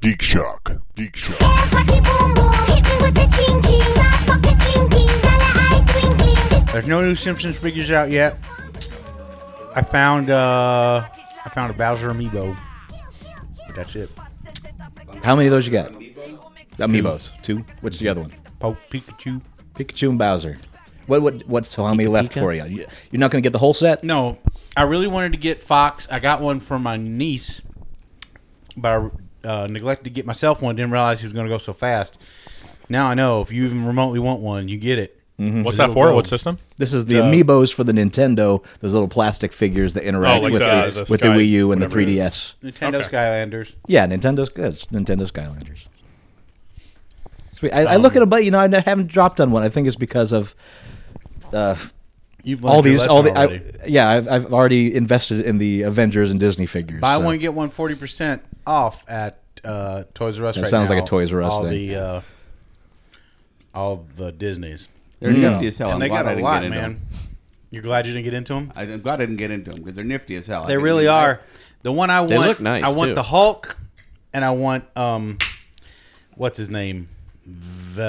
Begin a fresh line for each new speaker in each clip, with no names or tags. Geek Shock. Geek Shock.
There's no new Simpsons figures out yet. I found uh I found a Bowser amiibo. But that's it.
How many of those you got? Amiibos. Two. What's the other one?
Poke Pikachu.
Pikachu and Bowser. What what what's how many left for you? You- You're not going to get the whole set.
No, I really wanted to get Fox. I got one for my niece, but I uh, neglected to get myself one. Didn't realize he was going to go so fast. Now I know if you even remotely want one, you get it.
What's that
Little
for?
gold.
What system?
This is the Amiibos for the Nintendo. Those little plastic figures that interact
Oh, like
with,
the-
the,
the
with the
Sky-
Wii U and the
whatever it is.
3DS.
Nintendo
Okay.
Skylanders.
Yeah, Nintendo's good. It's Nintendo Skylanders. Sweet. I, I look
Um,
at a but you know I ne- haven't dropped on one. I think it's because of uh,
You've learned
all
your
these
lesson
all the I,
already.
yeah I've, I've already invested in the Avengers and Disney figures.
buy
so.
one get one 40 percent off at uh, Toys R Us.
That
right
sounds like
now.
a Toys R Us
all
thing.
The, uh, all the Disney's
They're
Mm.
nifty as hell.
and
Oh, I'm
they
glad
got
I
a
didn't
lot,
get into
man.
them.
You're glad you didn't get into them.
I- I'm glad I didn't get into them because they're nifty as hell. I
They
didn't
really
even- I-
are. The one I want,
look nice,
I want
too.
the Hulk, and I want um, what's his name?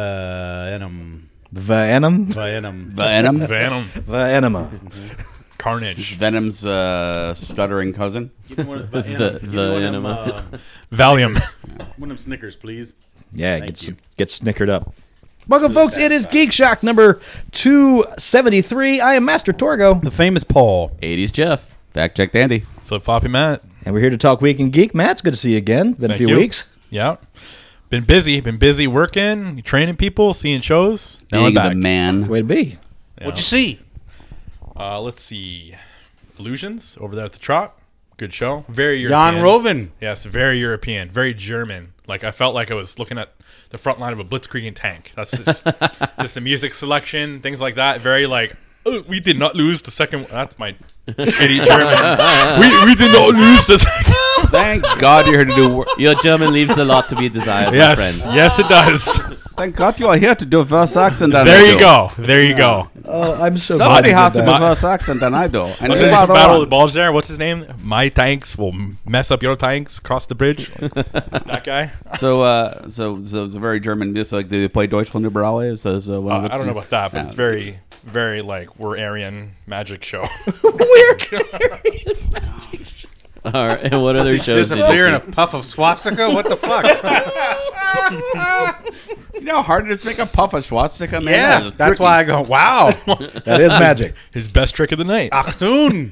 Venom.
Venom.
Venom.
Venom.
Venom.
Venema.
Carnage.
Venom's uh, stuttering cousin.
Give me one of the
The-
Venom. Give me
the
one of them,
enema.
uh,
Valium.
one of them Snickers, please.
Yeah,
Thank
get
you.
get snickered up. Welcome, folks. It is Geek Shock number two seventy three. I am Master Torgo,
The famous Paul.
80s Jeff. Fact check Dandy.
Flip floppy Matt.
and we're here to talk Week in Geek. Matt's good to see you again. Been
Thank
a few
you.
weeks.
Yeah. Been busy. Been busy working, training people, seeing shows. Now I'm
Being
back.
the man.
Way to be.
What'd you see?
Uh, let's see. Illusions over there at the Trot. Good show. Very European.
Jan Roven.
Yes, very European, very German. Like I felt like I was looking at the front line of a blitzkrieging tank. That's just just the music selection, things like that. Very like oh, we did not lose the second. That's my shitty German. we we did not lose the second.
Thank God you're here to do work.
Your German leaves a lot to be desired,
Yes,
my friend.
yes, it does.
Thank God you are here to do worse accent than I
There
do.
you go. There you go.
Oh, I'm so
Somebody
glad
has
you
to
did
do
that.
worse accent than I do. And
Was
you
there
are
some
the
battle of
one.
the balls there? What's his name? My tanks will mess up your tanks. Cross the bridge. that guy.
So, uh, so, so it's a very German music. Like, do they play Deutschland über alles? As, uh, one of
Uh,
the-
I don't know about that, but
Yeah.
it's very, very like we're Aryan magic show.
All right. And what other shows did you
Disappear in a
see?
puff of swastika? What the fuck?
You know how hard it is to make a puff of swastika, man?
yeah,
is
that's
tricky.
why I go, wow,
That is magic.
His best trick of the night.
Ah, Achtung.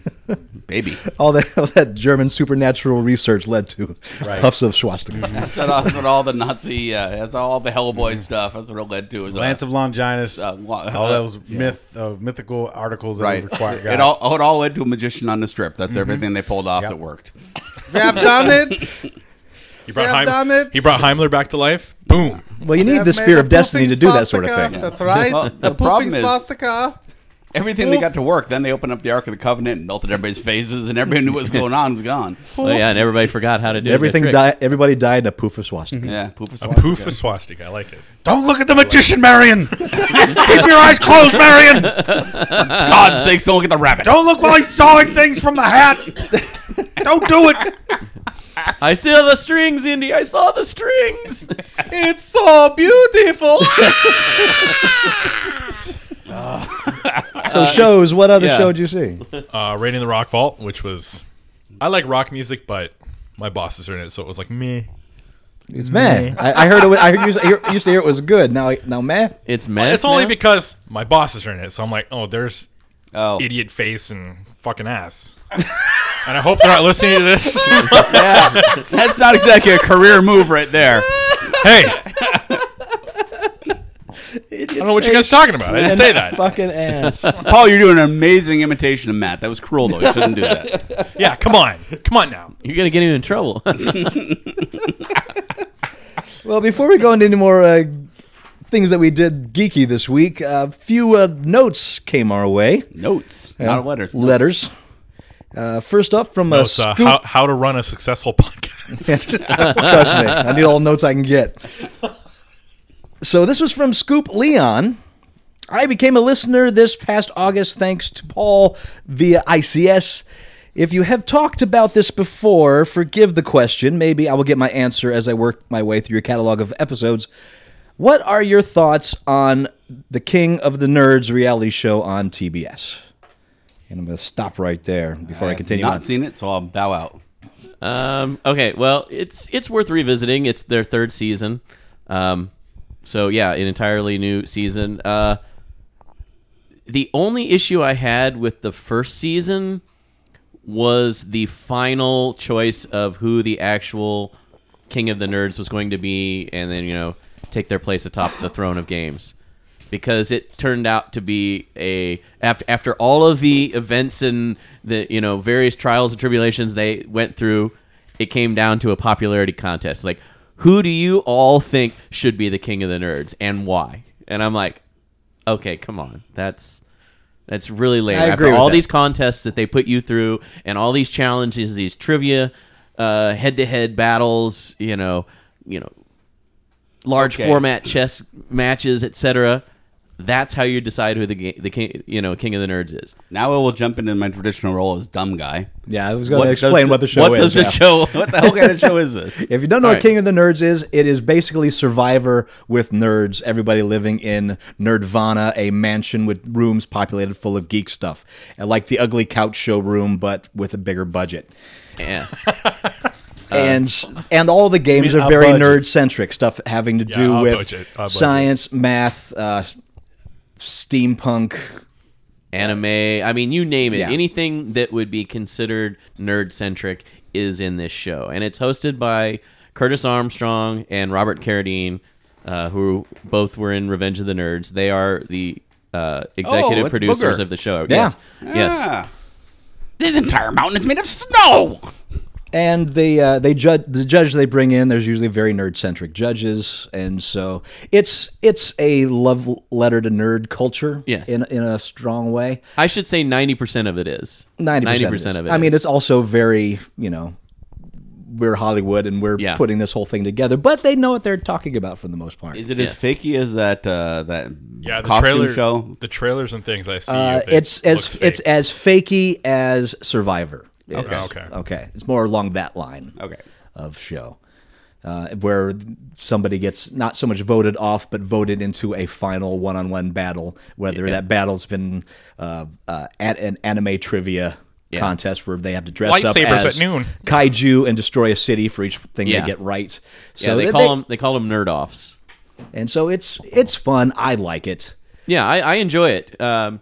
Baby.
All that, all that German supernatural research led to
Right.
puffs of swastika.
That's what, that's what all the Nazi, uh, that's all the Hellboy stuff. That's what it led to. Is,
Mm-hmm.
uh,
Lance of Longinus.
Uh, lo-
all those myth, uh, mythical articles that
Right.
require
It all, oh, it all led to a magician on the strip. That's
Mm-hmm.
everything they pulled off that worked.
We have done it.
He brought,
We have done
Heim-
it.
he brought Heimler back to life. Boom.
Well, you
We
need
have
the
made
Spear
a
of Destiny to
poofing
do that sort of
swastika.
thing.
That's right.
Well,
the
the problem
poofing
is-
swastika.
Everything
Oof.
they got to work. Then they opened up the Ark of the Covenant and melted everybody's faces, and everybody knew what was going on. It was gone.
Oh, yeah, and everybody forgot how to do
Everything
the trick.
died. Everybody died in a poof of swastika.
Yeah, poop of
A
swastika.
poof of swastika. I like it.
Don't look at the magician, Marion. Keep your eyes closed, Marion.
God's sakes, don't look at the rabbit.
Don't look while he's sawing things from the hat. Don't do it.
I saw the strings, Indy. I saw the strings.
It's so beautiful.
So shows. What other
yeah.
show did you see?
Uh, Raiding the Rock Vault, which was, I like rock music, but my bosses are in it, so it was like meh.
It's meh. I, I heard it. wa- I heard, used, I hear- used to hear it was good. Now, I- now meh.
It's mad.
It's only
now?
because my bosses are in it, so I'm like, oh, there's
Oh,
idiot face and fucking ass. and I hope they're not listening to this.
that's not exactly a career move right there.
hey. I don't know what you guys are talking about. I didn't say that.
Fucking ass.
Paul, you're doing an amazing imitation of Matt. That was cruel, though. You shouldn't do that.
Yeah, come on. Come on now.
You're going to get him in trouble.
well, before we go into any more uh, things that we did geeky this week, a few uh, notes came our way.
Notes,
Yeah.
not letters. notes.
Letters. Uh, first up from a
It's, uh,
Scoop-
how, how to run a successful podcast.
Trust me, I need all the notes I can get. So this was from Scoop Leon. I became a listener this past August thanks to Paul via ICS. If you have talked about this before, forgive the question. Maybe I will get my answer as I work my way through your catalog of episodes. What are your thoughts on the King of the Nerds reality show on TBS? And I'm going to stop right there before I, continue
Not
on.
seen it, so I'll bow out.
Um, okay, well, it's it's worth revisiting. It's their third season, um, so yeah, an entirely new season. Uh, the only issue I had with the first season was the final choice of who the actual king of the nerds was going to be, and then you know take their place atop the throne of games. Because it turned out to be a after, after all of the events and the you know various trials and tribulations they went through, it came down to a popularity contest. Like, who do you all think should be the king of the nerds and why? And I'm like, okay, come on, that's that's really lame.
I agree
After
with
all
that.
these contests that they put you through and all these challenges, these trivia, uh, head-to-head battles, you know, you know, large
Okay.
format chess matches, etc. That's how you decide who the ga- the king, you know, king of the nerds is.
Now I will jump into my traditional role as dumb guy.
Yeah, I was going to
does
explain what the show
What
is.
does the
yeah.
show? What the hell kind of show is this?
If you don't know
All
what
right.
King of the Nerds is, it is basically Survivor with nerds, everybody living in Nerdvana, a mansion with rooms populated full of geek stuff. And like the ugly couch show room, but with a bigger budget.
Yeah.
and and all the games
mean,
are
a
very
budget.
nerd centric stuff having to do
a
with
budget, a budget.
science, math, uh, steampunk.
anime. I mean, you name it.
Yeah.
Anything that would be considered nerd centric is in this show, and it's hosted by Curtis Armstrong and Robert Carradine, uh, who both were in Revenge of the Nerds. They are the uh, executive
it's
producers
Oh, Booger.
of the show.
Yeah.
Yes. Yes.
Ah. This entire mountain is made of snow.
And they uh, they judge the judge they bring in. There's usually very nerd centric judges, and so it's it's a love letter to nerd culture
Yeah.
in in a strong way.
I should say ninety percent of it is
Ninety
percent of it.
I mean,
is.
it's also very you know we're Hollywood and we're
Yeah.
putting this whole thing together, but they know what they're talking about for the most part.
Is it
Yes.
as fakey as that uh, that
Yeah, the
costume
trailer
show?
the trailers and things I see.
Uh,
if it
it's as
looks
it's
fake.
as fakey as Survivor. is.
Okay. Okay.
Okay. It's more along that line.
Okay.
Of show, uh, where somebody gets not so much voted off, but voted into a final one-on-one battle. Whether that battle's been uh, uh, at an anime trivia.
Yeah.
Contest where they have to dress up
Lightsabers
as
at noon.
kaiju and destroy a city for each thing
Yeah.
they get right. So
yeah, they call them they call them nerd offs.
and so it's it's fun. I like it.
Yeah, I, I enjoy it. Um,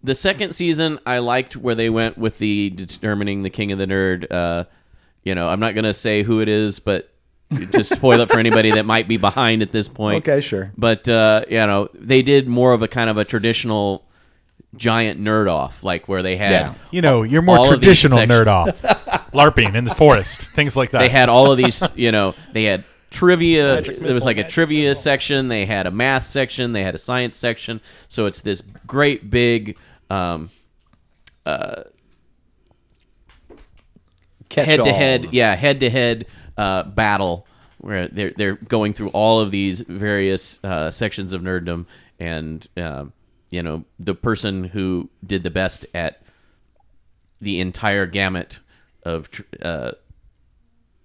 the second season, I liked where they went with the determining the king of the nerd. Uh, you know, I'm not gonna say who it is, but to spoil it for anybody that might be behind at this point.
Okay, sure.
But uh, you know, they did more of a kind of a traditional giant nerd off, like where they had
Yeah.
You know, you're more
All of these
traditional
sections-
nerd off.
LARPing in the forest, things like that.
they had all of these you know they had trivia there was like a trivia section they had a math section they had a science section so it's this great big um,
Catch
head to
all.
head yeah head to head battle where they're they're going through all of these various uh, sections of nerddom and um you know the person who did the best at the entire gamut of tr- uh,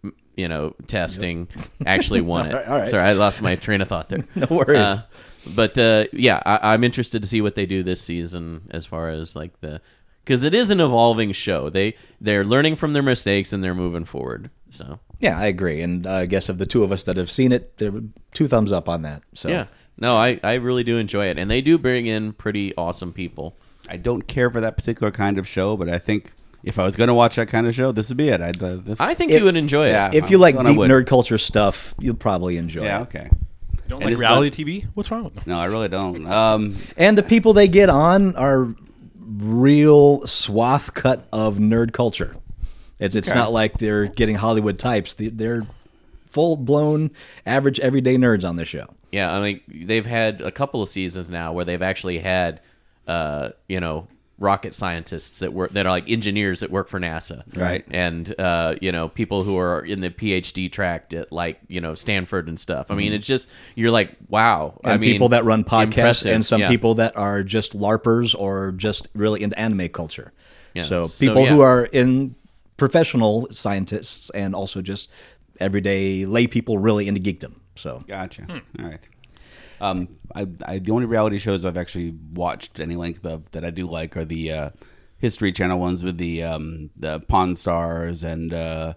m- you know testing actually won it.
all right.
Sorry, I lost my train of thought there. no
worries.
Uh, but uh, yeah, I, I'm interested to see what they do this season as far as like the because it is an evolving show. They they're learning from their mistakes and they're moving forward. So
Yeah, I agree. And uh, I guess of the two of us that have seen it, there were two thumbs up on that. So
yeah, no, I I really do enjoy it, and they do bring in pretty awesome people.
I don't care for that particular kind of show, but I think if I was going to watch that kind of show, this would be it. I'd uh, this.
I think
It-
you would enjoy it.
Yeah.
if you like
Then I
deep
would.
nerd culture stuff, you'll probably enjoy
yeah.
it.
Okay.
You don't
and
like
it's
reality TV? What's wrong with them?
No, I really don't. Um,
And the people they get on are real swath cut of nerd culture. It's, it's not like they're getting Hollywood types. They- They're full blown average everyday nerds on this show.
Yeah, I mean they've had a couple of seasons now where they've actually had, uh, you know, rocket scientists that work that are like engineers that work for NASA,
Right.
And uh, you know, people who are in the PhD track at like you know Stanford and stuff. I mean,
Mm-hmm.
it's just you're like, wow. I
And
mean,
people that run podcasts
impressive.
and some
Yeah.
people that are just LARPers or just really into anime culture.
Yeah.
So
So,
people who
yeah.
are in professional scientists and also just everyday lay people really into geekdom. So
Gotcha.
Hmm.
All right. Um, I, I the only reality shows I've actually watched any length of that I do like are the uh, History Channel ones with the um, the Pawn Stars and uh,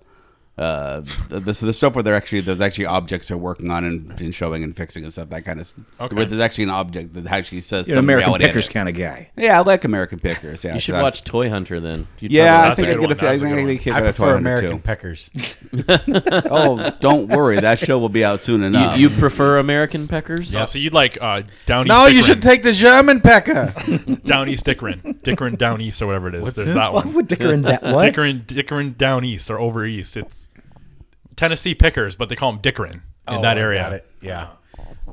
uh, the, the the stuff where they're actually there's actually objects they're working on and, and showing and fixing and stuff that kind of
Okay.
where there's actually an object that actually says
you're an
some
American
reality in
Pickers
it.
kind of guy.
Yeah, I like American Pickers. Yeah,
You should
so I-
watch Toy Hunter then. You'd
Yeah, I
That's a
think
good
I'd get a
one.
fi- I
That's a
think
good
I'd
one.
get a kick
I
out of Toy
prefer
Hunter,
American
too.
peckers.
Oh, don't worry, that show will be out soon enough.
probably- You, you prefer American Peckers?
Yeah, so you'd like uh, Down East.
no, you
Dickrin.
should take the German pecker.
Down East Dickrin, Dickrin Down East or whatever it is. There's
this?
that
Why
one.
would Dicker and that what?
Dickrin, Dickrin Down East or Over East. It's Tennessee Pickers, but they call them Dickrin in that area.
Got it. Yeah.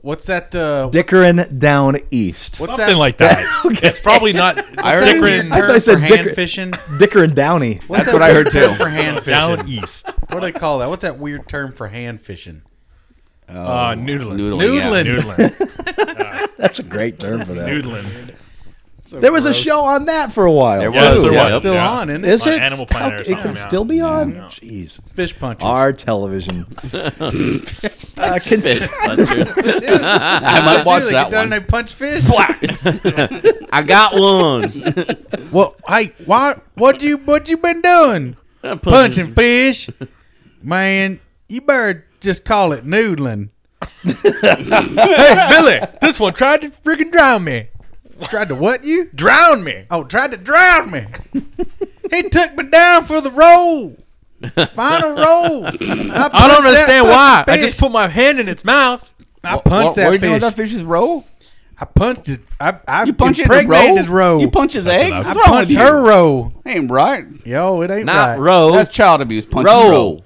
What's that? Uh,
Dickering down east.
what's
Something
that?
like that. It's probably not it's
already-
Dickrin
I thought I
term
said
for hand
Dicker-
fishing.
Dicker and Downey.
What's
That's
that
what I
weird
heard,
term
too.
For hand fishing.
Down East.
What do they call that? What's that weird term for hand fishing?
Uh, noodling.
Noodling.
Noodling.
Noodling.
That's a great term for that.
Noodling.
there was a show on that for a while.
There
too.
was.
Yes, there
Yeah,
was.
It's still
yeah.
on, isn't it?
Is
On
it
Animal Planet or
How- it can
something, yeah.
still be on.
Yeah.
Jeez,
Fish punches.
our television. uh, continue.
Punchers.
I might watch
Dude, they
that
get down and
one.
they punch fish.
I got one.
Well, hey, why? What you what you been doing?
I'm
Punching fish, man. You better just call it noodling.
hey, Billy, this one tried to freaking drown me.
Tried to what you?
Drown me.
Oh, tried to drown me. he took me down for the roll. Final roll. I,
I don't understand why. I just put my hand in its mouth.
I punched
Where
that
you know
fish.
that fish's roll?
I punched it. I, I
You punch it in
impregnated
roll?
his roll.
You punch his eggs?
I
allowed.
What's wrong with
punched
you?
her roll.
Ain't right.
Yo, it ain't
Not
right.
row.
That's child abuse. Punching
Roll.
roll.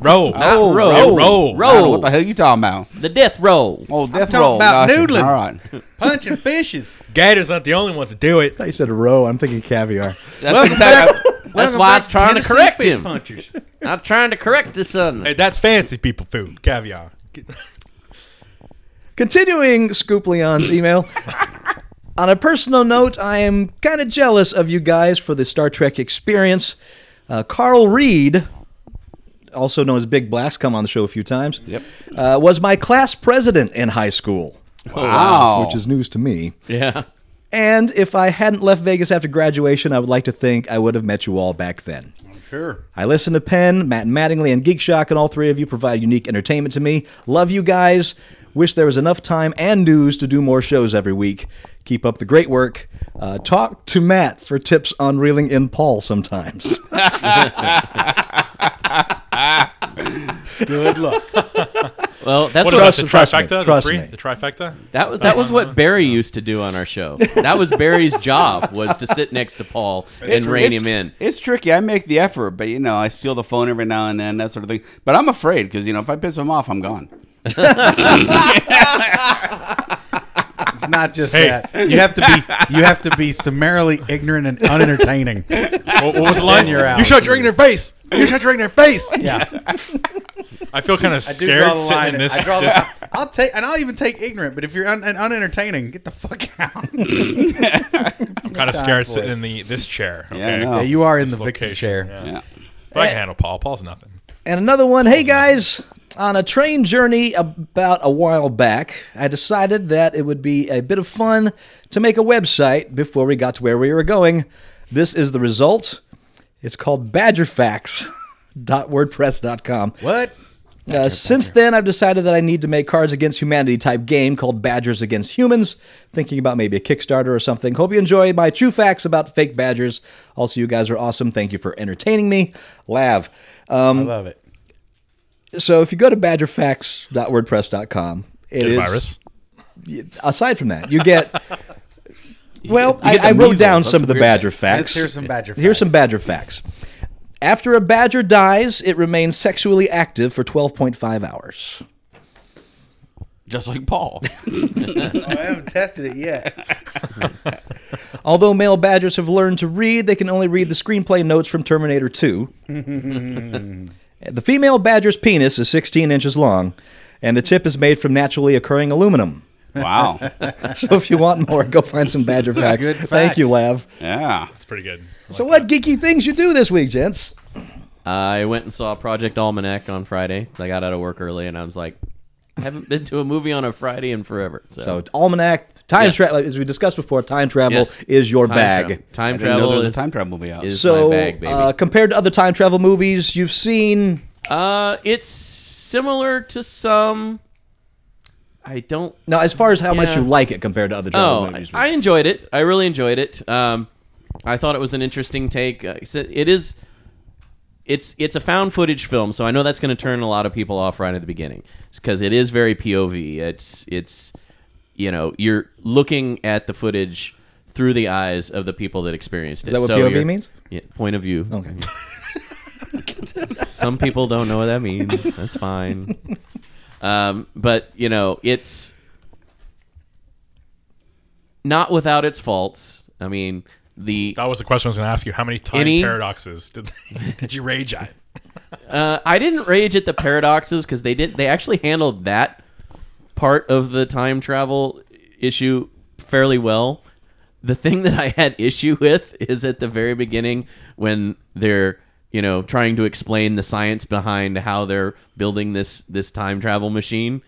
Roll.
Oh, roll.
roll.
Roll.
I don't know
Roll.
What the hell you talking about?
The death roll.
Oh, death
talking
roll.
about
Gotcha.
noodling.
All right.
Punching fishes.
Gators aren't the only ones to do it.
I said row. I'm thinking caviar.
That's exactly.
That's
Welcome
why I
back
was trying to
Tennessee
correct
fish
him.
Punchers.
I'm trying to correct this son.
Hey, that's fancy people food. Caviar.
Continuing Scoop Leon's email. On a personal note, I am kind of jealous of you guys for the Star Trek experience. Uh, Carl Reed, also known as Big Blast, come on the show a few times. Yep. Uh, was my class president in high school,
Wow.
which is news to me.
Yeah.
And if I hadn't left Vegas after graduation, I would like to think I would have met you all back then.
Sure.
I listen to Penn, Matt Mattingly, and Geek Shock, and all three of you provide unique entertainment to me. Love you guys. Wish there was enough time and news to do more shows every week. Keep up the great work. Uh, talk to Matt for tips on reeling in Paul sometimes.
Good luck.
Well, that's
What
what,
is that? The
trust me,
trifecta? The
trust
three?
me.
The trifecta?
that was. That was what Barry used to do on our show. That was Barry's job was to sit next to Paul and rein
it's,
him in.
It's tricky. I make the effort, but you know, I steal the phone every now and then, that sort of thing. But I'm afraid because you know, if I piss him off, I'm gone.
It's not just
Hey.
that. You have to be you have to be summarily ignorant and unentertaining.
What, what was the line?
Then you're out.
You shot your in their face. You shot your in their face.
Yeah.
I feel kind of
I do draw
scared
the
sitting
line.
in this.
I draw the
this-
line. I'll take and I'll even take ignorant, but if you're un, and unentertaining, get the fuck out.
I'm kind of
time
scared
for
sitting
it.
in the this chair. Okay?
I know. Yeah,
you are in
This
the victim
location,
chair.
yeah.
Yeah.
But I can handle Paul. Paul's nothing.
And another one. Hey guys, on a train journey about a while back, I decided that it would be a bit of fun to make a website before we got to where we were going. This is the result. It's called badgerfacts.wordpress.com.
What?
Uh, since then, I've decided that I need to make Cards Against Humanity type game called Badgers Against Humans. Thinking about maybe a Kickstarter or something. Hope you enjoy my true facts about fake badgers. Also, you guys are awesome. Thank you for entertaining me. Lav.
I love it.
So if you go to badgerfacts.wordpress.com, it
Get a
is-
virus.
aside from that, you get. well,
you get
I, I wrote
the measles.
down
That's
some
a
of the
weird
badger
thing.
facts.
Let's hear some badger facts.
Here's some badger facts. After a badger dies, it remains sexually active for 12.5 hours.
Just like Paul.
Oh, I haven't tested it yet.
Although male badgers have learned to read, they can only read the screenplay notes from Terminator 2. the female badger's penis is 16 inches long, and the tip is made from naturally occurring aluminum.
Wow.
So if you want more, go find some Badger facts.
good
Thank you,
facts.
Lav.
yeah.
It's pretty good.
So what geeky things you do this week, gents?
I went and saw Project Almanac on Friday. 'cause I got out of work early, and I was like, I haven't been to a movie on a Friday in forever. So,
So almanac, time
Yes.
travel, as we discussed before, time travel
Yes.
is your
time
bag.
travel- time
I didn't know
travel
there was
is
a time travel movie out.
is
So
my bag, baby.
Uh, compared to other time travel movies you've seen,
Uh, it's similar to some. I don't.
now as far as how much
Yeah.
you like it compared to other travel
Oh, I,
movies,
I enjoyed it. I really enjoyed it. Um, I thought it was an interesting take. Uh, it's- It is. It's it's a found footage film, so I know that's going to turn a lot of people off right at the beginning because it is very POV. It's it's you know you're looking at the footage through the eyes of the people that experienced it. Is
that what
so
POV
you're-
means?
Yeah, point of view.
okay.
Some people don't know what that means. That's fine. Um, but you know, it's not without its faults. I mean, the
That was the question I was going to ask you. How many time
Any-
paradoxes did, did you rage at?
uh, I didn't rage at the paradoxes because they did. They actually handled that part of the time travel issue fairly well. The thing that I had issue with is at the very beginning when they're you know trying to explain the science behind how they're building this this time travel machine.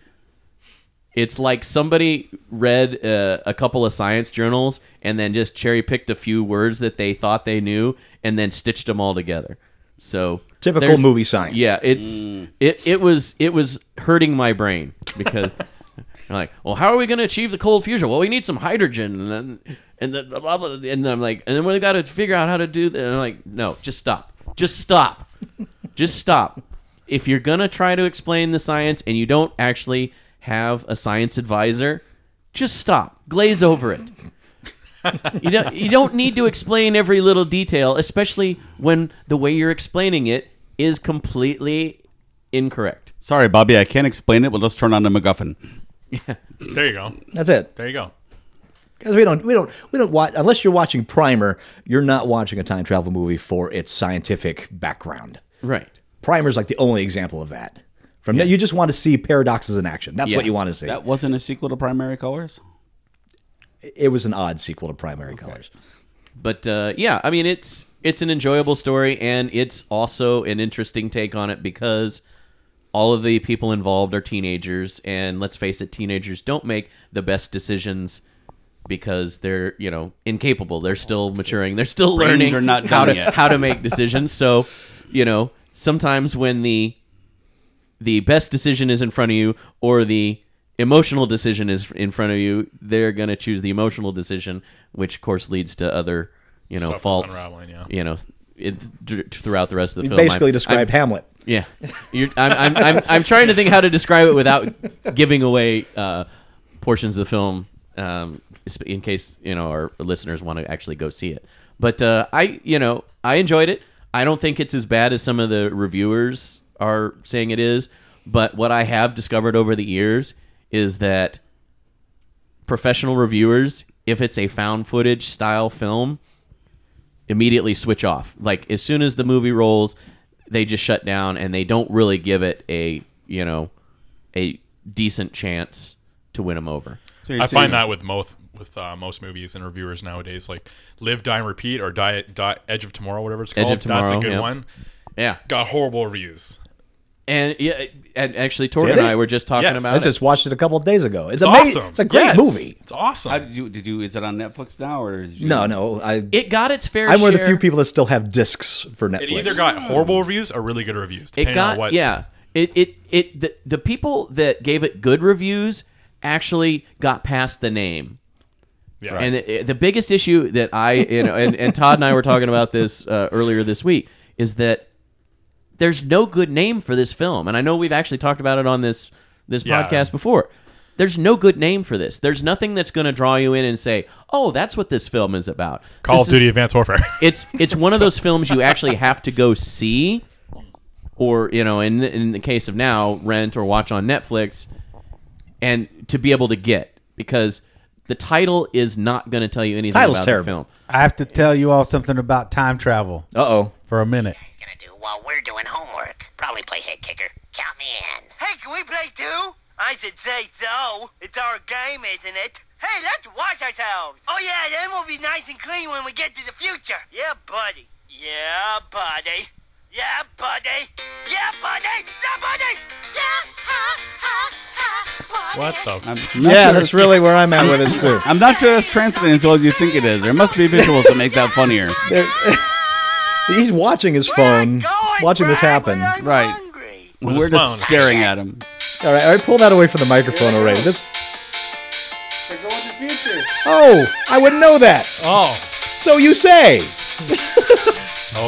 It's like somebody read uh, a couple of science journals and then just cherry picked a few words that they thought they knew and then stitched them all together. So
Typical
there's-
movie science.
Yeah, it's it it was it was hurting my brain because I'm like, well, how are we going to achieve the cold fusion? Well, we need some hydrogen and then and then blah, blah, blah, and I'm like, and then we got to figure out how to do that. And I'm like, no, just stop, just stop, just stop. If you're gonna try to explain the science and you don't actually have a science advisor, just stop, glaze over it. You don't you don't need to explain every little detail, especially when the way you're explaining it is completely incorrect.
Sorry, Bobby, I can't explain it. We'll just turn on the MacGuffin.
There you go.
that's it.
There you go.
Because we don't, we don't, we don't watch unless you're watching Primer. You're not watching a time travel movie for its scientific background.
Right.
Primer's like the only example of that. From that, you just want to see paradoxes in action. That's what
Yeah.
you want to see.
That wasn't a sequel to Primary Colors?
it was an odd sequel to Primary Colors.
But uh, yeah, I mean it's it's an enjoyable story and it's also an interesting take on it because all of the people involved are teenagers and let's face it teenagers don't make the best decisions because they're you know incapable they're still maturing they're still learning
are not
how
done
to
yet.
how to make decisions so you know sometimes when the the best decision is in front of you or the emotional decision is in front of you they're going to choose the emotional decision which of course leads to other you know
Stuff that's
faults
unraveling, yeah.
you know it, dr- throughout the rest of the
You
film
basically
I'm-
described
I'm-
Hamlet.
yeah, You're, I'm, I'm, I'm, I'm trying to think how to describe it without giving away uh, portions of the film, um, sp- in case you know our listeners want to actually go see it. But uh, I, you know, I enjoyed it. I don't think it's as bad as some of the reviewers are saying it is. But what I have discovered over the years is that professional reviewers, if it's a found footage style film, immediately switch off. Like as soon as the movie rolls, they just shut down and they don't really give it a you know a decent chance to win them over.
So you're
I
saying-
find that with most with uh, most movies and reviewers nowadays, like Live, Die, and Repeat or Die, Die Edge of Tomorrow, whatever it's
Edge
called.
of
That's
Tomorrow,
a good
yeah.
one.
Yeah,
Got horrible reviews.
and yeah, and actually, Tori
Did
and
it?
I were just talking
Yes.
about
I
it.
just watched it a couple of days ago. It's,
It's
amazing.
awesome.
It's a great
Yes.
movie.
It's awesome.
How did you, did you, is it on Netflix now? or is you,
No, no, I.
it got its fair.
I'm one of the
share.
few people that still have discs for Netflix.
it either got horrible reviews or really good reviews, depending
It got
on what.
yeah. It it it the, the people that gave it good reviews actually got past the name.
yeah.
And the, the biggest issue that I, you know, and, and Todd and I were talking about this uh, earlier this week is that there's no good name for this film, and I know we've actually talked about it on this this
Yeah.
podcast before. There's no good name for this. There's nothing that's going to draw you in and say, "Oh, that's what this film is about."
Call
This
of
is-
Duty: Advanced Warfare.
it's it's one of those films you actually have to go see, or you know, in in the case of now, rent or watch on Netflix, and to be able to get because the title is not going to tell you anything
Title's
about
terrible.
the film.
I have to tell you all something about time travel
Uh oh.
for a minute.
guys gonna do while we're doing homework? Probably play hit kicker. Count me in.
Hey, can we play two?
I should say so. It's our game, isn't it? Hey, let's wash ourselves. Oh, yeah, then we'll be nice and clean when we get to the future. Yeah, buddy. Yeah, buddy. Yeah, buddy. Yeah, buddy. Yeah, buddy. Yeah, ha, ha, ha, buddy.
What the?
I'm
F-
not
yeah,
sure
that's really where I'm at with this too.
I'm not sure that's translating as well as you think it is. There must be visuals that make that funnier.
He's watching his
Where I
phone,
going,
watching this
Brad,
happen.
when I'm
Right.
hungry?
With
We're
a
just
smile.
staring at him.
All right, all right, pull that away from the microphone already. This.
They're going to the future.
Oh, I would know that.
oh,
So you say.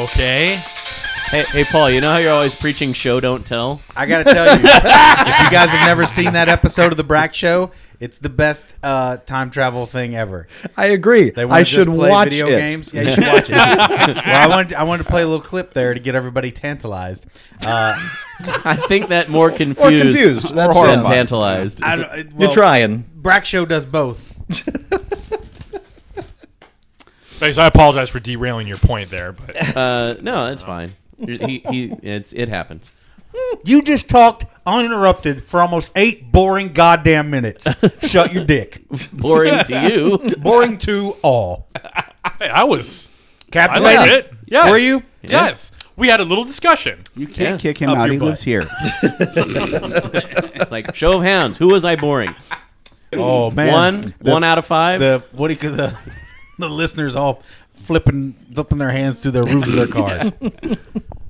okay.
Hey, hey, Paul, you know how you're always preaching show don't tell?
I gotta tell you, if you guys have never seen that episode of the Brack Show, it's the best uh, time travel thing ever.
I agree.
They want to
I should
just play
watch
video
it.
games. Yeah, you should watch it. well, I wanted I wanted to play a little clip there to get everybody tantalized. Uh,
I think that more confused,
Or confused. That's
horrified.
than tantalized.
I, don't- it- well,
You're trying.
Brack Show does both.
Thanks, I apologize for derailing your point there, but
Uh, no, that's fine. He, he, it's, it happens.
You just talked uninterrupted for almost eight boring goddamn minutes. Shut your dick.
Boring to you.
Boring to all.
hey, I was. I
Captain,
liked it. Yes.
Were you?
Yes. We had a little discussion.
You can't
Yeah.
kick him
Up
out.
your
He
butt.
lives here.
It's like show of hands. Who was I boring?
Oh man,
One,
The-
one out of five.
the what do you, the the listeners all flipping flipping their hands through the roofs of their cars.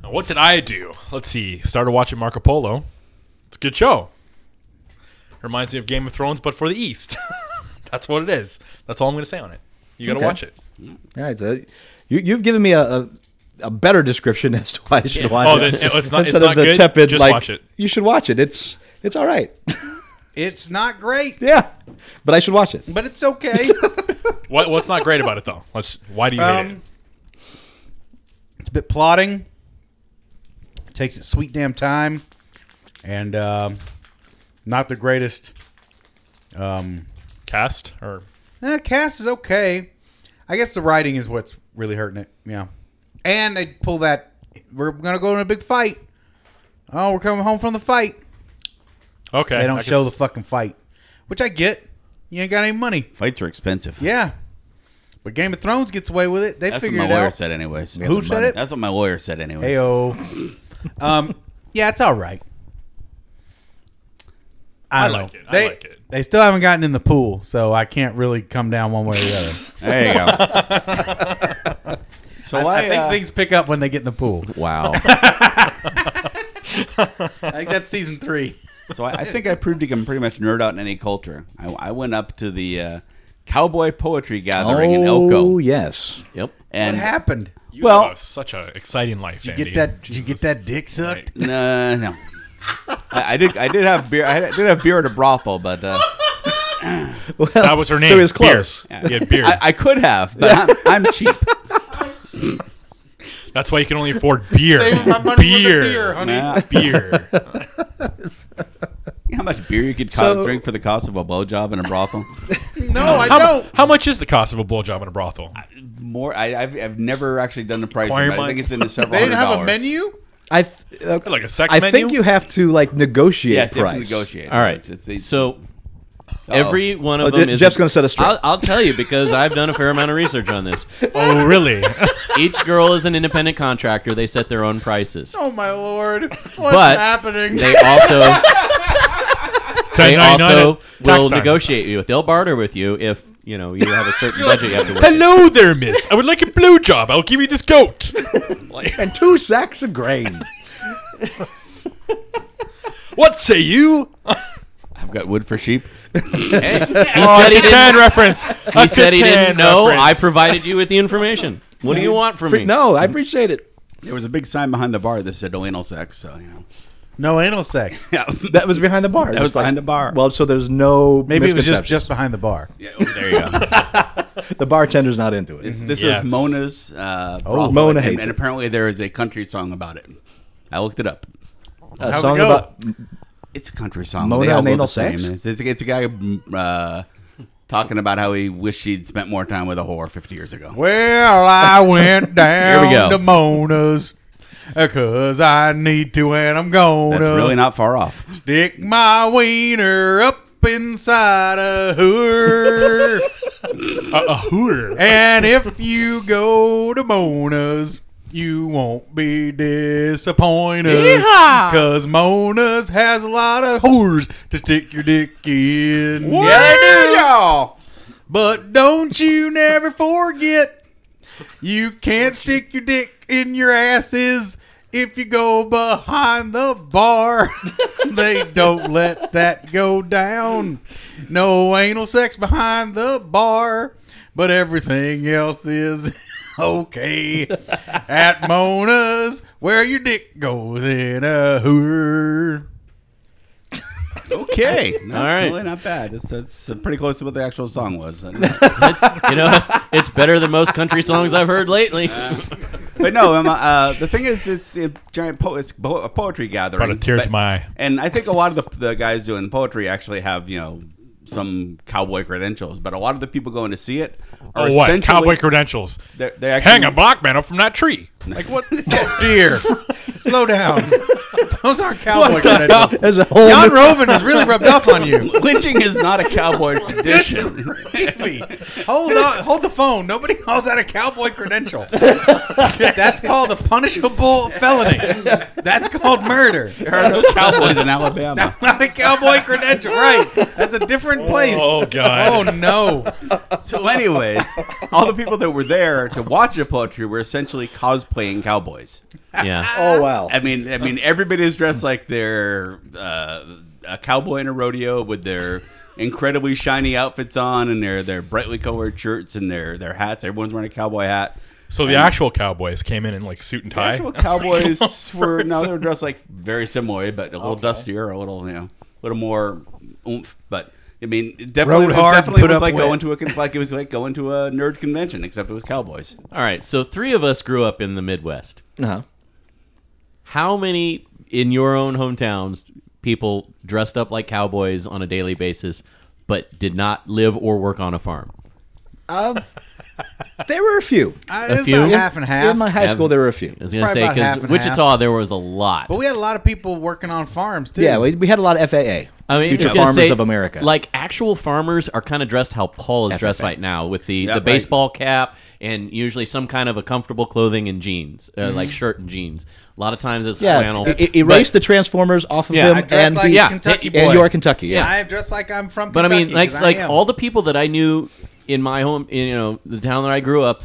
Now, what did I do? Let's see. Started watching Marco Polo. It's a good show. Reminds me of Game of Thrones, but for the East. That's what it is. That's all I'm going to say on it. You got to
Okay.
watch it.
All right, so you, you've given me a, a, a better description as to why I should watch
Oh,
it.
then it's not- it's
Instead
not
of the
good,
tepid,
just
like,
watch it.
You should watch it. It's it's all right.
It's not great,
yeah, but I should watch it.
but it's okay.
What, what's not great about it though? Let's. Why do you hate it?
Um, it's a bit plotting. It takes its sweet damn time, and um, not the greatest. Um,
Cast or
eh, cast is okay. I guess the writing is what's really hurting it. Yeah, and they pull that. We're gonna go in a big fight. Oh, we're coming home from the fight.
okay?
They don't
I can
show
s-
the fucking fight, which I get. You ain't got any money.
Fights are expensive.
Yeah, but Game of Thrones gets away with it. They
That's what
figured
my
it
lawyer
out.
said, anyways.
Who
That's
said
what my-
it?
That's what my lawyer said, anyways.
Heyo. um, yeah, it's all right.
I
don't
like it. I
They,
like it.
They still haven't gotten in the pool, so I can't really come down one way or the
There you go. so
other.
I,
I think
uh,
things pick up when they get in the pool.
Wow.
I think that's season three.
so I, I think I proved you can pretty much nerd out in any culture. I, I went up to the uh, cowboy poetry gathering in
Oh
Elko.
yes.
yep.
What
And
happened?
You
well-
have such an exciting life.
Did you
Andy.
get that? Did you get
Jesus.
that dick sucked?
No, no. I, I did. I did have beer. I did have beer at a brothel, but uh,
That was her name.
So he was
Beer.
close.
Yeah, beer.
I, I could have. But I'm, I'm cheap.
That's why you can only afford beer. beer.
Yeah.
beer.
You know how much beer you could co-
So-
drink for the cost of a blowjob in a brothel?
No, I
How,
don't.
how much is the cost of a blowjob in a brothel?
More. I, I've, I've never actually done the price. of it. I think
Requirement.
it's in the several.
They didn't
hundred
have a
dollars.
menu.
I th- uh,
Like a sex
I
menu?
think you have to like negotiate
Yes, you have
price.
to negotiate.
All right.
It's- it's-
So every one of
Oh,
them
Je-
is
Jeff's gonna set us straight.
I'll, I'll tell you because I've done a fair amount of research on this.
Oh, really?
Each girl is an independent contractor. They set their own prices.
Oh my lord! What's
But
happening?
They also they
Ten ninety nine
also
at tax
will
time.
negotiate you. They'll barter with you if you know you have a certain budget you have to work.
Hello there, miss. I would like a blowjob. I'll give you this goat. Like,
and two sacks of grain.
what say you?
I've got wood for sheep.
He said he didn't,
Ten reference.
he said he didn't know. I provided you with the information. What do you want from me?
no, I appreciate it.
There was a big sign behind the bar that said no anal sex. So you know.
no anal sex.
Yeah.
That was behind the bar. That
was behind the bar.
Well, so there's no
Maybe it was just
misconception.
just behind the bar.
yeah oh, there you go.
the bartender's not into it.
It's, this
Yes.
is Mona's. Uh, brothel,
Oh, Mona
and,
hates
and
it.
apparently there is a country song about it. I looked it up.
a
how's it
song
go?
about
It's a country song.
Mona
They all
and
go
anal
the same.
sex?
It's, it's, it's a guy uh, talking about how he wished he'd spent more time with a whore 50 years ago.
Well, I went down to
go.
Mona's. Because I need to and I'm going
That's
to
really not far off.
stick my wiener up inside a hooer.
a hooter.
and if you go to Mona's, you won't be disappointed.
Yeehaw!
Because Mona's has a lot of whores to stick your dick in.
y'all.
But don't you never forget, you can't stick your dick in your asses if you go behind the bar. they don't let that go down. No anal sex behind the bar, but everything else is okay. At Mona's, where your dick goes in a hooer.
Okay. No,
All right.
Really not bad. It's, it's pretty close to what the actual song was. uh,
It's, you know, it's better than most country songs I've heard lately.
but no, Emma, uh, the thing is, it's a giant po- it's po- a poetry gathering.
Brought a tear
but-
to my eye.
And I think a lot of the, the guys doing poetry actually have, you know, some cowboy credentials, but a lot of the people going to see it are
Or Oh, what?
essentially-
Cowboy credentials.
They're, they're actually,
Hang a block man up from that tree. Like what?
Oh, Dear, slow down. Those aren't cowboy credentials.
As a whole
John
new-
Roven has really rubbed off on you.
Lynching is not a cowboy tradition.
Davey, hold on, hold the phone. Nobody calls that a cowboy credential. That's called a punishable felony. That's called murder.
there are no cowboys in Alabama.
Not a cowboy credential, right? That's a different place.
Oh
Oh
god.
no!
So, anyways, all the people that were there to watch the poetry were essentially cosplaying cowboys.
Yeah.
Oh wow.
I mean, I mean, everybody is dressed like they're uh, a cowboy in a rodeo with their incredibly shiny outfits on and their their brightly colored shirts and their their hats. Everyone's wearing a cowboy hat.
So the actual cowboys came in in like suit and
The
tie.
actual cowboys were no, they were dressed like very similar, but a little dustier, a little you know, a little more oomph. But I mean, it definitely,
Rode
it
hard,
definitely
put
was
up
like
with.
going to a con- like it was like going to a nerd convention, except it was cowboys.
All right. So three of us grew up in the Midwest.
No.
How many in your own hometowns people dressed up like cowboys on a daily basis, but did not live or work on a farm?
Um, There were a few.
It's
few?
about half and half.
In my high school, there were a few.
I was gonna
Probably
say
about half and
because
half.
Wichita there was a lot.
but we had a lot of people working on farms too.
Yeah, we, we had a lot of FAA.
I
Future
mean, I was gonna
Farmers
say,
of America.
Like actual farmers are kind of dressed how Paul is dressed right now, with the, the
right.
baseball cap and usually some kind of a comfortable clothing and jeans, uh,
Mm-hmm.
like shirt and jeans. A lot of times it's
yeah,
flannel.
e- e- erase the Transformers off of
Yeah,
him
I
dress
and,
like
he-
a Kentucky
and
boy.
you are Kentucky. Yeah.
I am dressed like I'm from.
But I mean,
Kentucky,
like
'cause I
like
am.
all the people that I knew in my home, in, you know, the town that I grew up,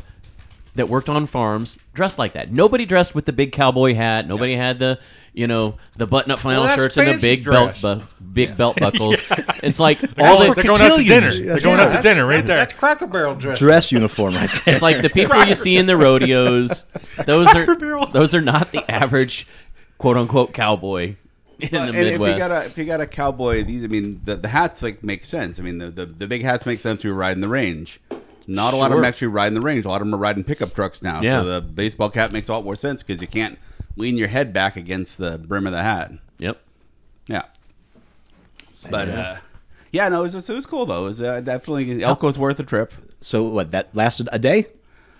that worked on farms, dressed like that. Nobody dressed with the big cowboy hat. Nobody had the you know the button-up flannel
Well, that's
shirts and the
fancy
big
dress.
belt bu- big belt buckles. It's like all
All
the,
they're going out to dinner.
cotillions.
They're going
Yeah,
out to
that's-
dinner right
that's-
there.
That's Cracker Barrel dress.
Dress uniform right there.
It's like the people you see in the rodeos. Those are those are not the average quote unquote cowboy in the
Uh, and if
Midwest.
you got a if you got a cowboy, these I mean the, the hats like make sense. I mean the, the, the big hats make sense. if You're riding the range. Not a lot of
Sure.
them actually ride in the range. A lot of them are riding pickup trucks now.
Yeah.
So the baseball cap makes a lot more sense because you can't lean your head back against the brim of the hat.
yep.
Yeah. But uh, yeah, no, it was just, it was cool though. It was uh, definitely Elko's worth a trip.
So what? That lasted a day,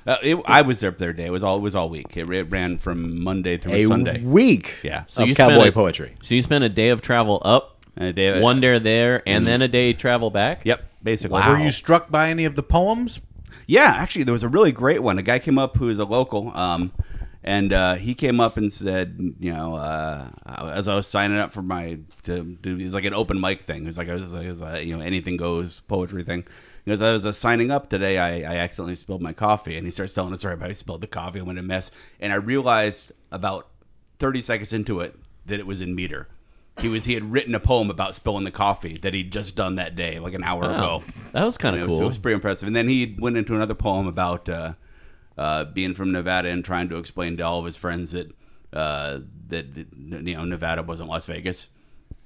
Uh, it, I was there their day. It was all it was all week. It, it ran from Monday through
a
Sunday.
week.
Yeah.
So
So
of
you spent
cowboy
a-
poetry.
So you spend a day of travel up,
And a day-
one day there, and then a day travel back.
Yep, basically.
Wow.
Were you struck by any of the poems?
Yeah, actually, there was a really great one. A guy came up who is a local, um, and uh, he came up and said, you know, uh, as I was signing up for my, to do, it was like an open mic thing. It was like I was, just like, it was a, you know, anything goes poetry thing. Because I was uh, signing up today, I, I accidentally spilled my coffee, and he starts telling a story about he spilled the coffee and went a mess, and I realized about thirty seconds into it that it was in meter. He was he had written a poem about spilling the coffee that he'd just done that day, like an hour
Wow.
ago.
That was kind
Yeah,
of
it was- It
cool.
was pretty impressive. And then he went into another poem about uh, uh, being from Nevada and trying to explain to all of his friends that uh, that that, you know Nevada wasn't Las Vegas.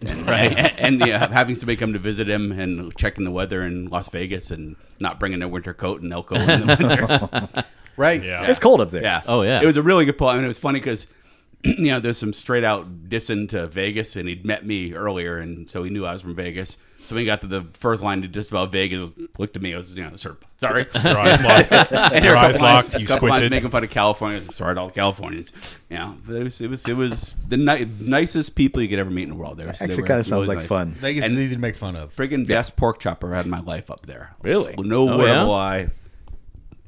And, right. and yeah, having somebody come to visit him and checking the weather in Las Vegas and not bringing their winter coat and Elko in the winter.
Right.
Yeah.
It's cold up there.
Yeah.
Oh, yeah.
It was a really good poem. And it was funny because you know, there's some straight out dissing to Vegas, and he'd met me earlier, and so he knew I was from Vegas. So when he got to the first line to just about Vegas, looked at me, I was, you know, sir, sorry.
Your eyes locked.
and
Your
there were
eyes
a couple lines-
locked.
a
You
couple lines
squinted.
making fun of California. I'm sorry to all Californians. Yeah, but it was it was it was the ni- nicest people you could ever meet in the world. There
Actually, kinda sounds like fun.
Vegas
And-
is easy to make fun of.
Friggin' best pork chop I had in my life up there.
Really?
No
Oh,
word
yeah?
will I.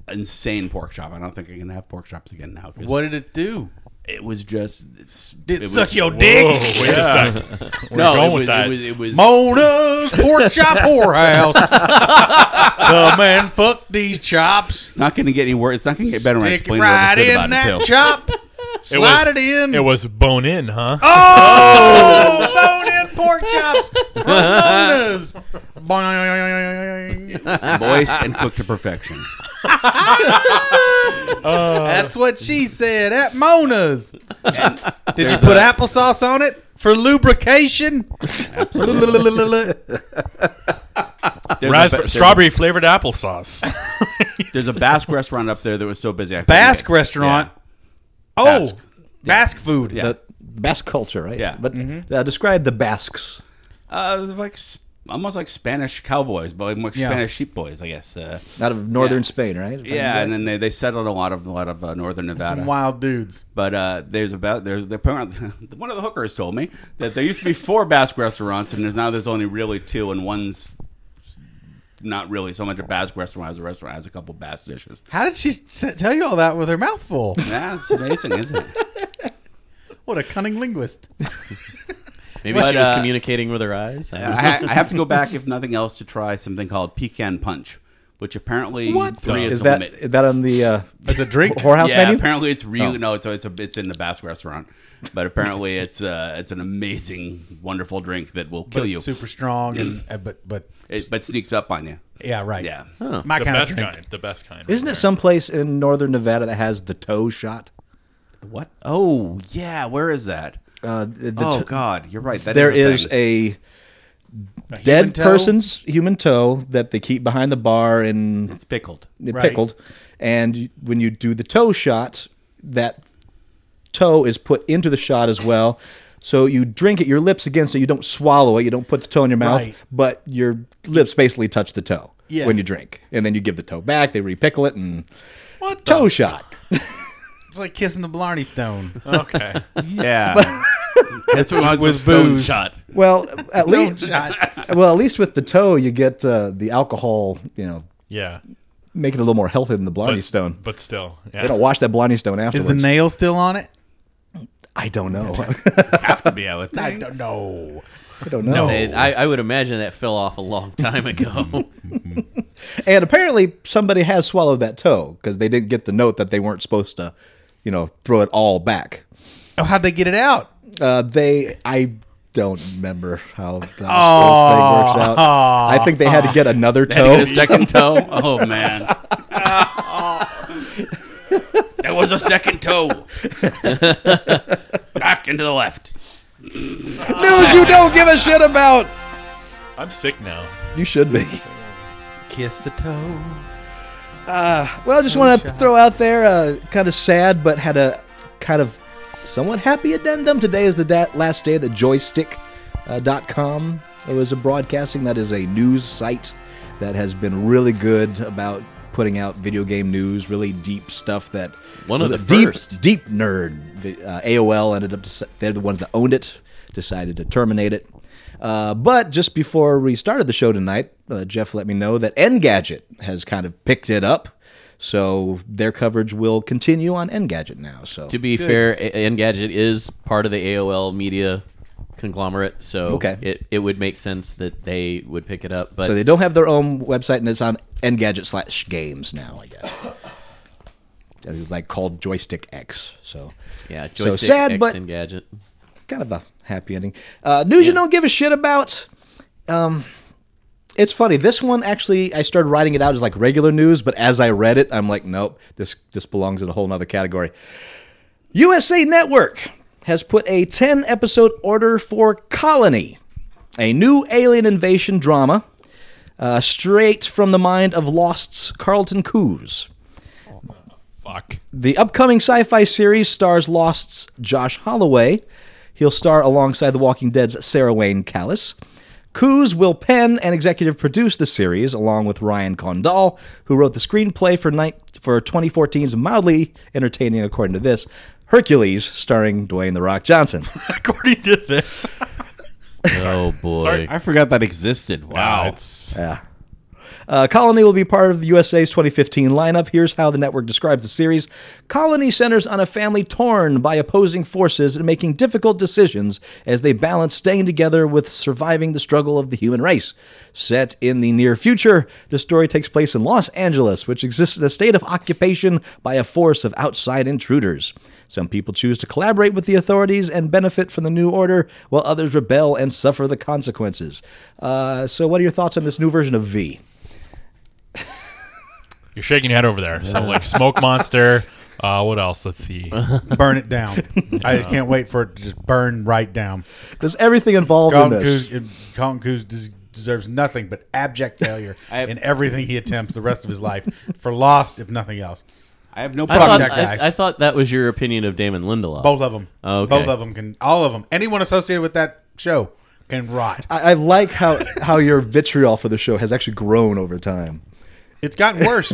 Insane pork chop. I don't think I'm gonna have pork chops again now. 'cause
What did it do?
it was just
Did it,
was-
suck your
Whoa,
dick?
wait a sec. We're
No,
going
it was,
with that.
it was it was
Mona's pork chop whorehouse. Come and fuck these chops.
It's not going to get any worse. It's not going to get better when I
Stick it
explain what
right
I
in
about
that
it, too.
chop. Slide it, in.
It was bone in, huh?
Oh, bone in pork chops from Mona's. Boing.
Voice and cooked to perfection.
Uh,
That's what she said at Mona's. Did you
There's
put
a-
applesauce on it for lubrication?
There's
Raspberry,
a, ba-
strawberry flavored applesauce.
There's a, there's a Basque restaurant up there that was so busy. I couldn't
Basque
get-
restaurant. Oh,
Basque.
Basque, food.
Yeah.
The Basque culture, right?
Yeah.
But uh, describe the Basques.
Uh, they're like s- almost like Spanish cowboys, but like
Yeah.
Spanish sheep boys, I guess. Uh,
Out of northern Spain, right? If I
yeah,
remember
and then they, they settled a lot of a lot of uh, northern Nevada.
Some wild dudes.
But uh, there's about there's the apparent one of the hookers told me that there used to be four Basque restaurants and there's now there's only really two and one's not really so much a Basque restaurant as a restaurant has a couple Basque dishes.
How did she s- tell you all that with her mouth full?
That's amazing, isn't it?
what a cunning linguist.
Maybe
But,
she was
uh,
communicating with her eyes. I don't know.
I, ha- I have to go back, if nothing else, to try something called pecan punch, which apparently three
Is
is, the
that
limit.
is that on the uh,
As a drink.
whorehouse
yeah,
menu?
apparently it's really no, it's it's a, it's in the Basque restaurant, but apparently it's uh, it's an amazing, wonderful drink that will kill
but
you,
it's super strong and uh, but but
it, but sneaks up on you.
yeah right
Yeah.
my
the
kind
best
of drink.
kind. The best kind.
Isn't it someplace in northern Nevada that has the toe shot?
What? Oh yeah, where is that?
Uh, the, the
oh
to-
God, you're right. That
there
is
is
a thing.
a
human
dead
toe?
person's human toe that they keep behind the bar and
it's pickled.
they're
Right.
pickled. And you- when you do the toe shot, that toe is put into the shot as well. So you drink it, your lips against it. You don't swallow it. You don't put the toe in your mouth,
Right.
but your lips basically touch the toe
Yeah.
when you drink. And then you give the toe back. They repickle it and toe shot.
It's like kissing the Blarney Stone.
Oh, Okay.
Yeah, that's what I was
With
with stone
booze.
shot.
Well, at least
shot.
well, at least with the toe, you get uh, the alcohol. You know,
Yeah.
make it a little more healthy than the Blarney
But-
Stone.
But still.
They
Yeah.
don't wash that Blarney Stone
Is
afterwards.
the nail still on it?
I don't know.
Have to be I would think.
don't know.
I don't know.
Say, I, I would imagine that fell off a long time ago.
And apparently, somebody has swallowed that toe because they didn't get the note that they weren't supposed to, you know, throw it all back.
Oh, how'd they get it out?
Uh, they, I don't remember how that whole thing works out.
Oh.
I think they had to get another toe.
A second toe. Oh man. there was a second toe. Back into the left.
News you don't give a shit about.
I'm sick now.
You should be.
Kiss the toe.
Well, I just want to throw out there, uh, kind of sad, but had a kind of somewhat happy addendum. Today is the da- last day of the joystick.com. Uh, dot com. it was a broadcasting that is a news site that has been really good about putting out video game news, really deep stuff that
One of
with
the
a deep,
first.
deep nerd. The, uh, AOL ended up, deci- they're the ones that owned it, decided to terminate it. Uh, but just before we started the show tonight, uh, Jeff let me know that Engadget has kind of picked it up. So their coverage will continue on Engadget now. So
to be fair, A- Engadget is part of the AOL media conglomerate, so
Okay.
it, it would make sense that they would pick it up. But
so they don't have their own website, and it's on Engadget slash games now, I guess. It was like called Joystick X. So
yeah,
So
joystick
sad,
X
but-
Engadget.
kind of a happy ending. Uh, news you don't give a shit about. Um, it's funny. This one actually, I started writing it out as like regular news, but as I read it, I'm like, nope, this this belongs in a whole nother category. USA Network has put a 10 episode order for Colony, a new alien invasion drama, uh, straight from the mind of Lost's Carlton Coos.
Fuck.
The upcoming sci fi series stars Lost's Josh Holloway. He'll star alongside The Walking Dead's Sarah Wayne Callis. Coos will pen and executive produce the series, along with Ryan Condal, who wrote the screenplay for, night, for 2014's mildly entertaining, according to this, Hercules, starring Dwayne The Rock Johnson.
According to this,
Oh boy.
Sorry.
I forgot that existed. Wow.
it's
Uh, Colony will be part of the USA's 2015 lineup. Here's how the network describes the series Colony centers on a family torn by opposing forces and making difficult decisions as they balance staying together with surviving the struggle of the human race. Set in the near future, the story takes place in Los Angeles, which exists in a state of occupation by a force of outside intruders. Some people choose to collaborate with the authorities and benefit from the new order, while others rebel and suffer the consequences. Uh, so, what are your thoughts on this new version of V?
you're shaking your head over there. So like smoke monster. Uh, what else? Let's see.
burn it down. I just can't wait for it to just burn right down.
There's everything involved in
Colin
this.
Coos, Colin Coos des- deserves nothing but abject failure
I-
in everything he attempts the rest of his life for Lost, if nothing else.
I have no
I
problem.
thought,
that guy.
I, I thought that was your opinion of Damon Lindelof.
Both of them.
Okay.
Both of them can. All of them. Anyone associated with that show can rot.
I, I like how how your vitriol for the show has actually grown over time.
It's gotten worse.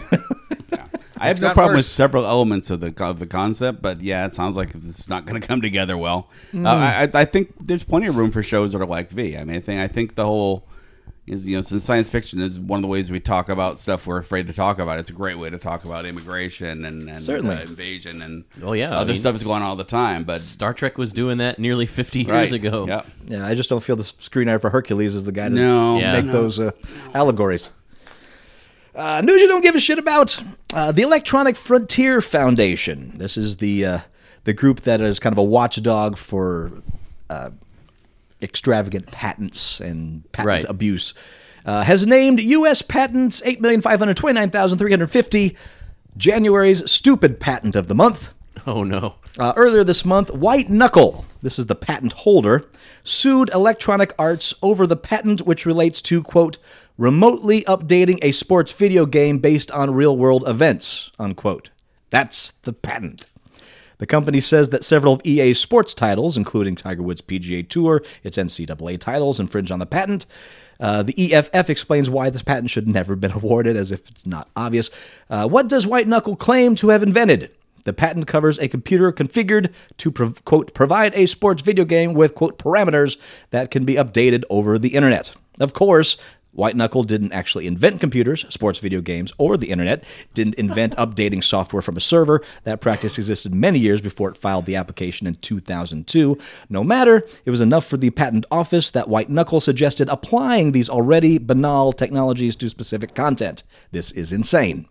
I have
It's
no
gotten
problem with
worse.
several elements of the of the concept, but yeah, it sounds like it's not going to come together well. Uh, I, I- I think there's plenty of room for shows that are like V. I mean, I think I think the whole is you know since science fiction is one of the ways we talk about stuff we're afraid to talk about. It's a great way to talk about immigration and, and
Certainly.
uh, invasion and
Oh, yeah, I
other
mean-
stuff is going on all the time. But
Star Trek was doing that nearly 50 years
right,
ago.
yep.
Yeah, I just don't feel the screenwriter for Hercules is the guy to
No,
Yeah.
make those uh, allegories. Uh, news you don't give a shit about. Uh, the Electronic Frontier Foundation. This is the uh, the group that is kind of a watchdog for uh, extravagant patents and patent
Right.
abuse. Uh, has named U.S. patents eight million five hundred twenty nine thousand three hundred fifty January's stupid patent of the month.
Oh no.
Uh, earlier this month, White Knuckle, this is the patent holder, sued Electronic Arts over the patent which relates to, quote, remotely updating a sports video game based on real world events, unquote. That's the patent. The company says that several of EA's sports titles, including Tiger Woods' PGA Tour, its NCAA titles, infringe on the patent. Uh, the EFF explains why this patent should never have been awarded, as if it's not obvious. Uh, what does White Knuckle claim to have invented? The patent covers a computer configured to, prov- quote, provide a sports video game with, quote, parameters that can be updated over the internet. Of course, White Knuckle didn't actually invent computers, sports video games, or the internet, didn't invent updating software from a server. That practice existed many years before it filed the application in 2002. No matter, it was enough for the patent office that White Knuckle suggested applying these already banal technologies to specific content. This is insane.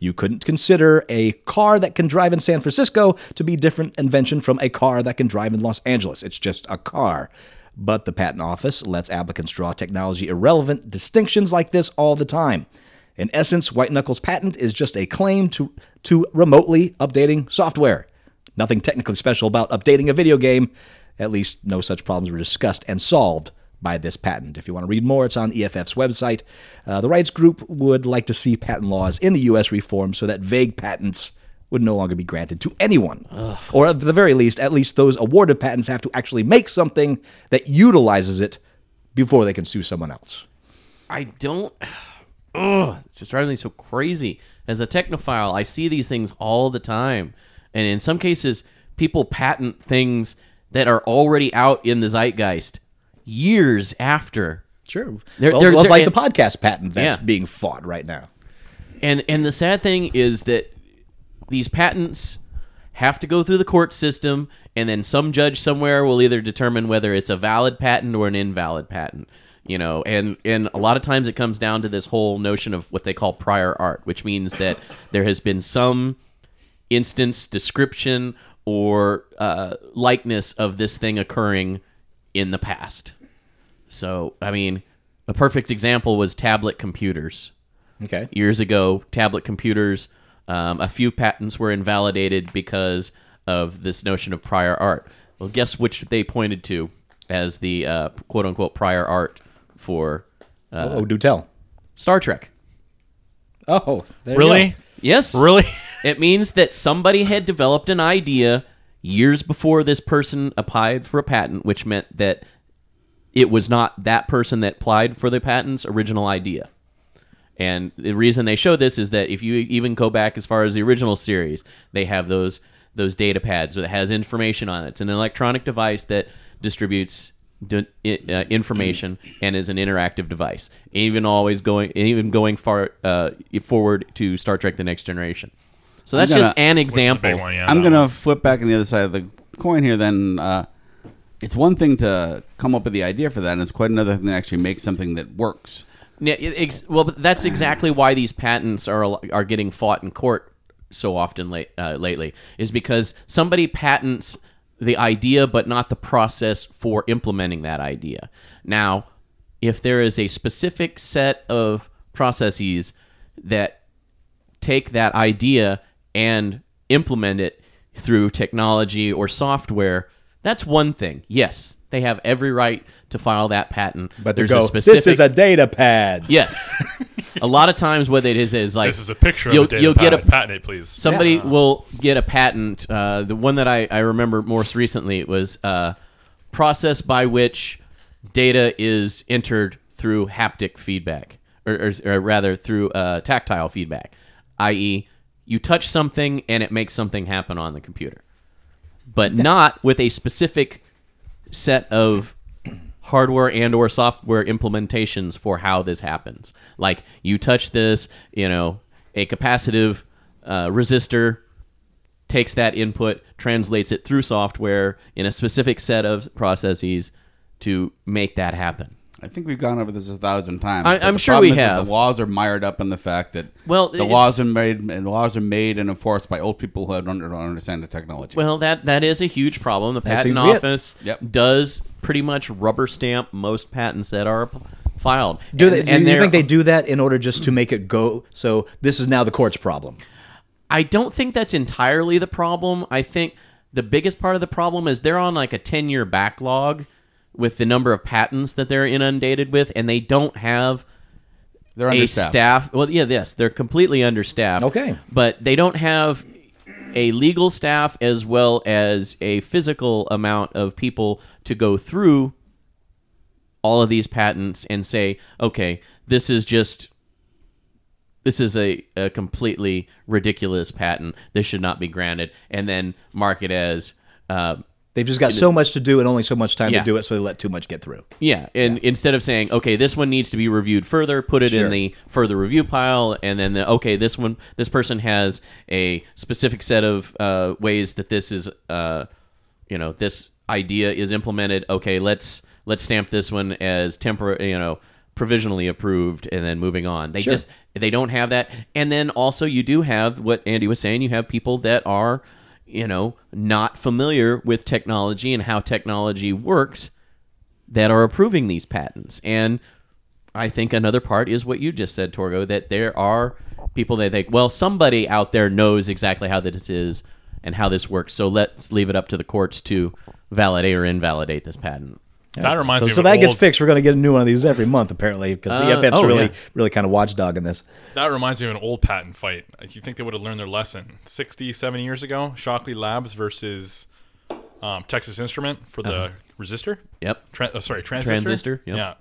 You couldn't consider a car that can drive in San Francisco to be different invention from a car that can drive in Los Angeles. It's just a car. But the patent office lets applicants draw technology irrelevant distinctions like this all the time. In essence, White Knuckle's patent is just a claim to, to remotely updating software. Nothing technically special about updating a video game. At least, no such problems were discussed and solved by this patent. If you want to read more, it's on EFF's website. Uh, the rights group would like to see patent laws in the U.S. reformed so that vague patents would no longer be granted to anyone. Or at the very least, at least those awarded patents have to actually make something that utilizes it before they can sue someone else.
I don't. Ugh, it's just driving me so crazy. As a technophile, I see these things all the time, and in some cases, people patent things that are already out in the zeitgeist years after.
Sure.
They're-
well,
they're-
well, it's
they're-
like the podcast patent that's
Yeah.
being fought right now.
And and the sad thing is that these patents have to go through the court system, and then some judge somewhere will either determine whether it's a valid patent or an invalid patent. You know, and and a lot of times it comes down to this whole notion of what they call prior art, which means that there has been some instance, description, or uh, likeness of this thing occurring in the past. So, I mean, a perfect example was tablet computers
Okay.
years ago, tablet computers. Um, a few patents were invalidated because of this notion of prior art. Well, guess which they pointed to as the uh, quote unquote prior art for Uh,
oh, do tell.
Star Trek.
Oh, there you
Really?
go.
Yes.
Really?
It means that somebody had developed an idea years before this person applied for a patent, which meant that it was not that person that applied for the patent's original idea. And the reason they show this is that if you even go back as far as the original series, they have those those data pads that has information on it. It's an electronic device that distributes d- i- uh, information and is an interactive device. Even always going even going far uh, forward to Star Trek: The Next Generation. So that's
gonna-
just an
Which is a
example.
big one, yeah,
I'm
that
gonna
one's-
flip back on the other side of the coin here. Then uh, it's one thing to come up with the idea for that, and it's quite another thing to actually make something that works.
Yeah, it- ex- well, but that's exactly why these patents are al- are getting fought in court so often late, uh, lately is because somebody patents the idea but not the process for implementing that idea. Now, if there is a specific set of processes that take that idea and implement it through technology or software, that's one thing. Yes, they have every right to file that patent.
But to go, this is a data pad.
Yes. a lot of times, what it is is like
This is a picture
You'll-
of a data
you'll get
patent.
a-
patent it, please.
somebody will get a patent. Uh, the one that I, I remember most recently was uh, process by which data is entered through haptic feedback, or, or, or rather through uh, tactile feedback, i.e., you touch something and it makes something happen on the computer, but not with a specific set of hardware and or software implementations for how this happens like you touch this you know a capacitive uh, resistor takes that input translates it through software in a specific set of processes to make that happen
I think we've gone over this a thousand times.
I-
but
I'm
the
sure
problem
we
is that
have.
The laws are mired up in the fact that
Well,
the
it's-
laws are made and laws are made and enforced by old people who don't, don't understand the technology.
well that that is a huge problem the
seems
patent
to be it.
office
Yep.
does pretty much rubber stamp most patents that are p- filed
Do they,
And-
do
and
you
they're-
think they do that in order just to make it go? So this is now the court's problem.
I don't think that's entirely the problem. I think the biggest part of the problem is they're on like a 10 year backlog with the number of patents that they're inundated with, and they don't have
They're
a
understaffed.
staff. Well, yeah, yes, they're completely understaffed.
Okay.
But they don't have a legal staff as well as a physical amount of people to go through all of these patents and say, okay, this is just this is a, a completely ridiculous patent. This should not be granted, and then mark it as uh,
They've just got so much to do and only so much time
Yeah.
to do it, so they let too much get through.
yeah. And instead of saying, okay, this one needs to be reviewed further, put it
Sure.
in the further review pile, and then the, okay, this one, this person has a specific set of uh, ways that this is, uh, you know, this idea is implemented. Okay, let's let's stamp this one as temporary, you know, provisionally approved, and then moving on. They just they don't have that, and then also you do have what Andy was saying. You have people that are, you know, not familiar with technology and how technology works that are approving these patents. And I think another part is what you just said, Torgo, that there are people that think, well, somebody out there knows exactly how this is and how this works. So let's leave it up to the courts to validate or invalidate this patent.
that reminds
So,
me.
so
of
that
an
gets
old-
fixed. We're going to get a new one of these every month, apparently, E because the
Uh,
EFF's
oh,
really,
yeah.
really kind of watchdog in this.
That reminds me of an old patent fight. You think they would have learned their lesson 60, 70 years ago? Shockley Labs versus um, Texas Instrument for the resistor.
Yep.
Tran- oh, sorry, transistor.
Transistor, yep.
Yeah.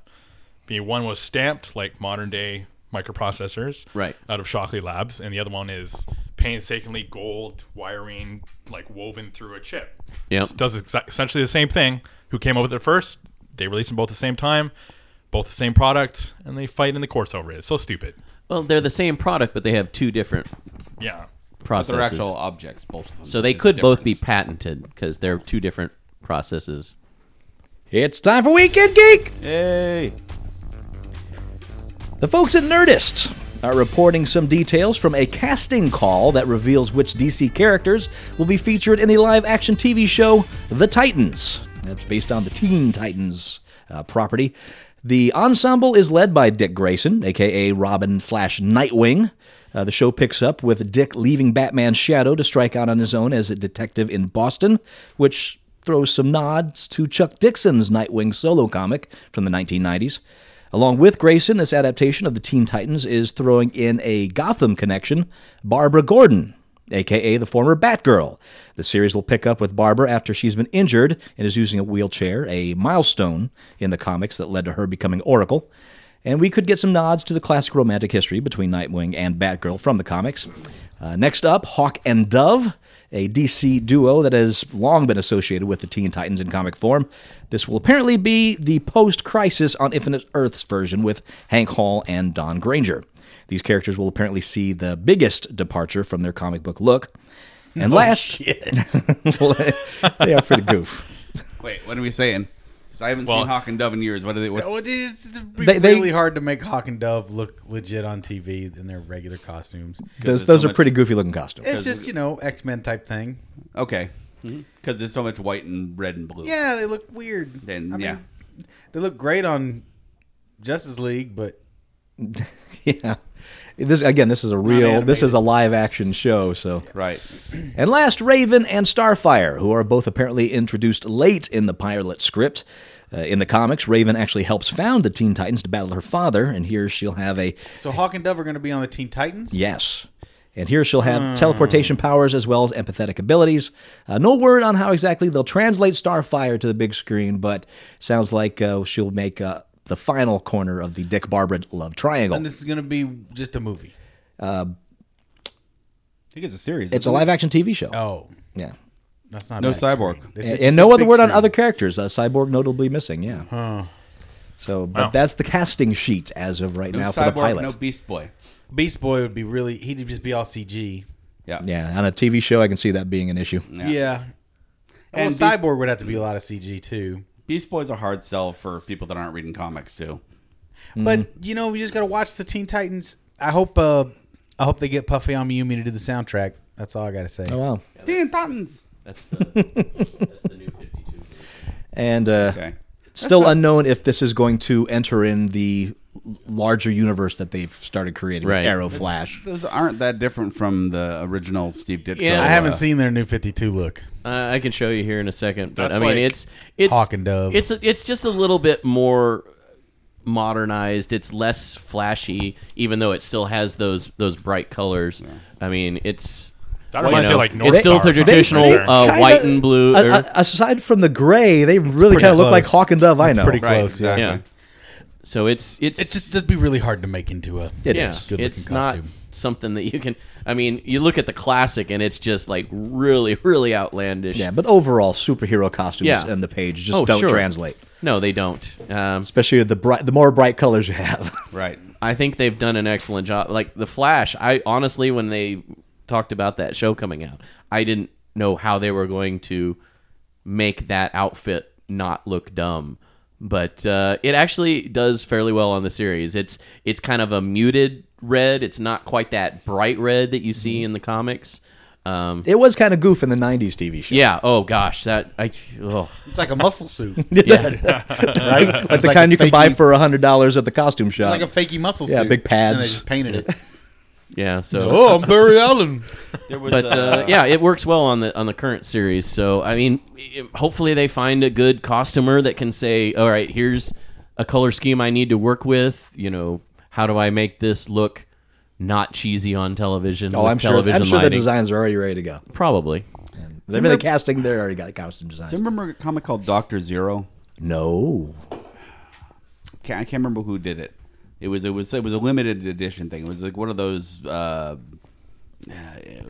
The one was stamped like modern day microprocessors,
Right.
out of Shockley Labs, and the other one is painstakingly gold wiring like woven through a chip.
Yep.
It does exa- essentially the same thing. Who came up with it first? They released them both at the same time, both the same product, and they fight in the courts over it. It's so stupid.
Well, they're the same product, but they have two different
Yeah.
But they're
processes.
actual objects, both of them.
so they
There's a
could both be
difference.
patented because they're two different processes.
It's time for Weekend Geek.
Yay!
The folks at Nerdist are reporting some details from a casting call that reveals which DC characters will be featured in the live action TV show The Titans. That's based on the Teen Titans uh, property. The ensemble is led by Dick Grayson, aka Robin slash Nightwing. Uh, the show picks up with Dick leaving Batman's shadow to strike out on his own as a detective in Boston, which throws some nods to Chuck Dixon's Nightwing solo comic from the 1990s. Along with Grayson, this adaptation of the Teen Titans is throwing in a Gotham connection, Barbara Gordon, aka the former Batgirl. The series will pick up with Barbara after she's been injured and is using a wheelchair, a milestone in the comics that led to her becoming Oracle. And we could get some nods to the classic romantic history between Nightwing and Batgirl from the comics. Uh, next up, Hawk and Dove, a DC duo that has long been associated with the Teen Titans in comic form. This will apparently be the post crisis on Infinite Earths version with Hank Hall and Don Granger. These characters will apparently see the biggest departure from their comic book look.
Oh,
And last, they are pretty goof.
Wait, what are we saying? Because I haven't
Well-
seen Hawk and Dove in years. What are they? What's,
Oh, it is, it's
They- they-
really hard to make Hawk and Dove look legit on TV in their regular costumes.
Those,
there's
those
so
are
much-
pretty goofy looking costumes.
It's just you know X Men type thing.
okay, because there's so much white and red and blue.
Hmm? Yeah, they look weird.
Then
I mean,
yeah,
they look great on Justice League, but
yeah. This again, this is a real, this is a live action show. So
right.
And last, Raven and Starfire, who are both apparently introduced late in the pilot script. Uh, in the comics, Raven actually helps found the Teen Titans to battle her father, and here she'll have a
so Hawk and Dove are going to be on the Teen Titans.
yes. And here she'll
Hmm.
have teleportation powers as well as empathetic abilities. Uh, no word on how exactly they'll translate Starfire to the big screen, but sounds like uh, she'll make uh, the final corner of the Dick Barbara love triangle.
And this is going to be just a movie.
I think it's a series.
It's a live action TV show.
Oh,
Yeah.
that's not
No
a big screen.
cyborg.
They
And,
said
and
just
no
a
other
big
word on
screen.
other characters. Uh, Cyborg notably missing. Yeah. So, but
Wow.
that's the casting sheet as of right
no
now for the
cyborg,
pilot.
no Beast Boy.
Beast Boy would be really. He'd just be all CG.
Yeah,
yeah, on a TV show, I can see that being an issue.
Yeah.
And
And
Beast-
Cyborg would have to be a lot of CG too.
Beast Boy's a hard sell for people that aren't reading comics too.
But
Mm-hmm.
you know, we just got to watch the Teen Titans. I hope. uh I hope they get Puffy on Miyumi to do the soundtrack. That's all I got to say.
Oh wow!
Teen Titans.
That's the that's the new 52.
And uh,
Okay.
still unknown if this is going to enter in the l- larger universe that they've started creating. with
Right.
Arrow, Flash.
Those aren't that different from the original Steve Ditko.
Yeah,
I haven't
uh,
seen their new Fifty Two look.
Uh, I can show you here in a second, but
That's
I mean
like
it's it's
Hawk and Dove.
It's it's just a little bit more modernized. It's less flashy, even though it still has those those bright colors. I mean, it's
That
well, you
reminds me
know,
of, like, North
it's still
Star or
the
something
traditional
right there.
uh,
Kinda-
white and blue.
a-
or-
a- aside from the gray, they really
pretty
kind of look
close.
like Hawk and Dove. I
It's
know.
pretty
Right.
close.
Exactly.
yeah. So it's it's
It's just it'd be really hard to make into a
It
yeah,
is.
good looking
it's not
costume.
something that you can. I mean, you look at the classic, and it's just like really, really outlandish.
Yeah, but overall, superhero costumes
Yeah.
and the page just
Oh,
don't
sure.
translate,
No, they don't. Um,
especially the bright, the more bright colors you have.
Right.
I think they've done an excellent job. Like the Flash, I honestly, when they talked about that show coming out, I didn't know how they were going to make that outfit not look dumb. But uh, it actually does fairly well on the series. It's it's kind of a muted red. It's not quite that bright red that you see in the comics. Um,
it was kind of goof in the '90s TV show.
yeah. Oh gosh, that I. Oh.
It's like a muscle suit,
right? like the
like
kind
a
you can buy
fakey-
for hundred dollars at the costume shop.
like a fakey muscle
Yeah,
suit.
big pads.
And they just painted it.
Yeah. So.
Oh, I'm Barry Allen.
There was
but uh, yeah, it works well on the on the current series. So I mean, it- hopefully they find a good costumer that can say, "All right, here's a color scheme I need to work with." You know, how do I make this look not cheesy on television?
oh,
with
I'm sure.
television
I'm sure the
lighting?
designs are already ready to go.
Probably.
I mean, the casting there already got costume
Do
designs.
you remember a comic called Doctor Zero?
No,
Can't, I can't remember who did it. It was it was it was a limited edition thing. It was like one of those. Uh,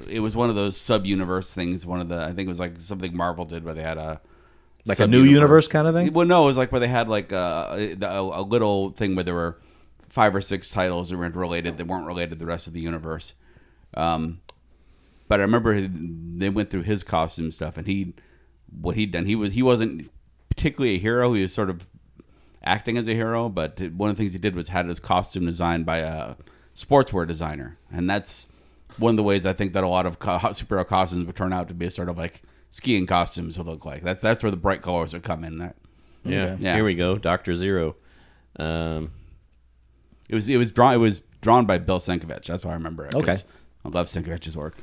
it was one of those sub universe things. One of the I think it was like something Marvel did where they had a
Like a new
sub-universe.
universe kinda thing?
Well, no, it was like where they had like a, a, a little thing where there were five or six titles that weren't related that weren't related to the rest of the universe. Um, but I remember they went through his costume stuff, and he, what he'd done, he was he wasn't particularly a hero. He was sort of acting as a hero, but one of the things he did was had his costume designed by a sportswear designer, and that's one of the ways I think that a lot of co- superhero costumes would turn out to be sort of like skiing costumes would look like. That's that's where the bright colors would come in. That
Yeah.
Yeah.
Here we go, Doctor Zero. Um,
it was it was drawn it was drawn by Bill Sienkiewicz. That's why I remember it. 'cause
Okay.
I love Sienkiewicz's work.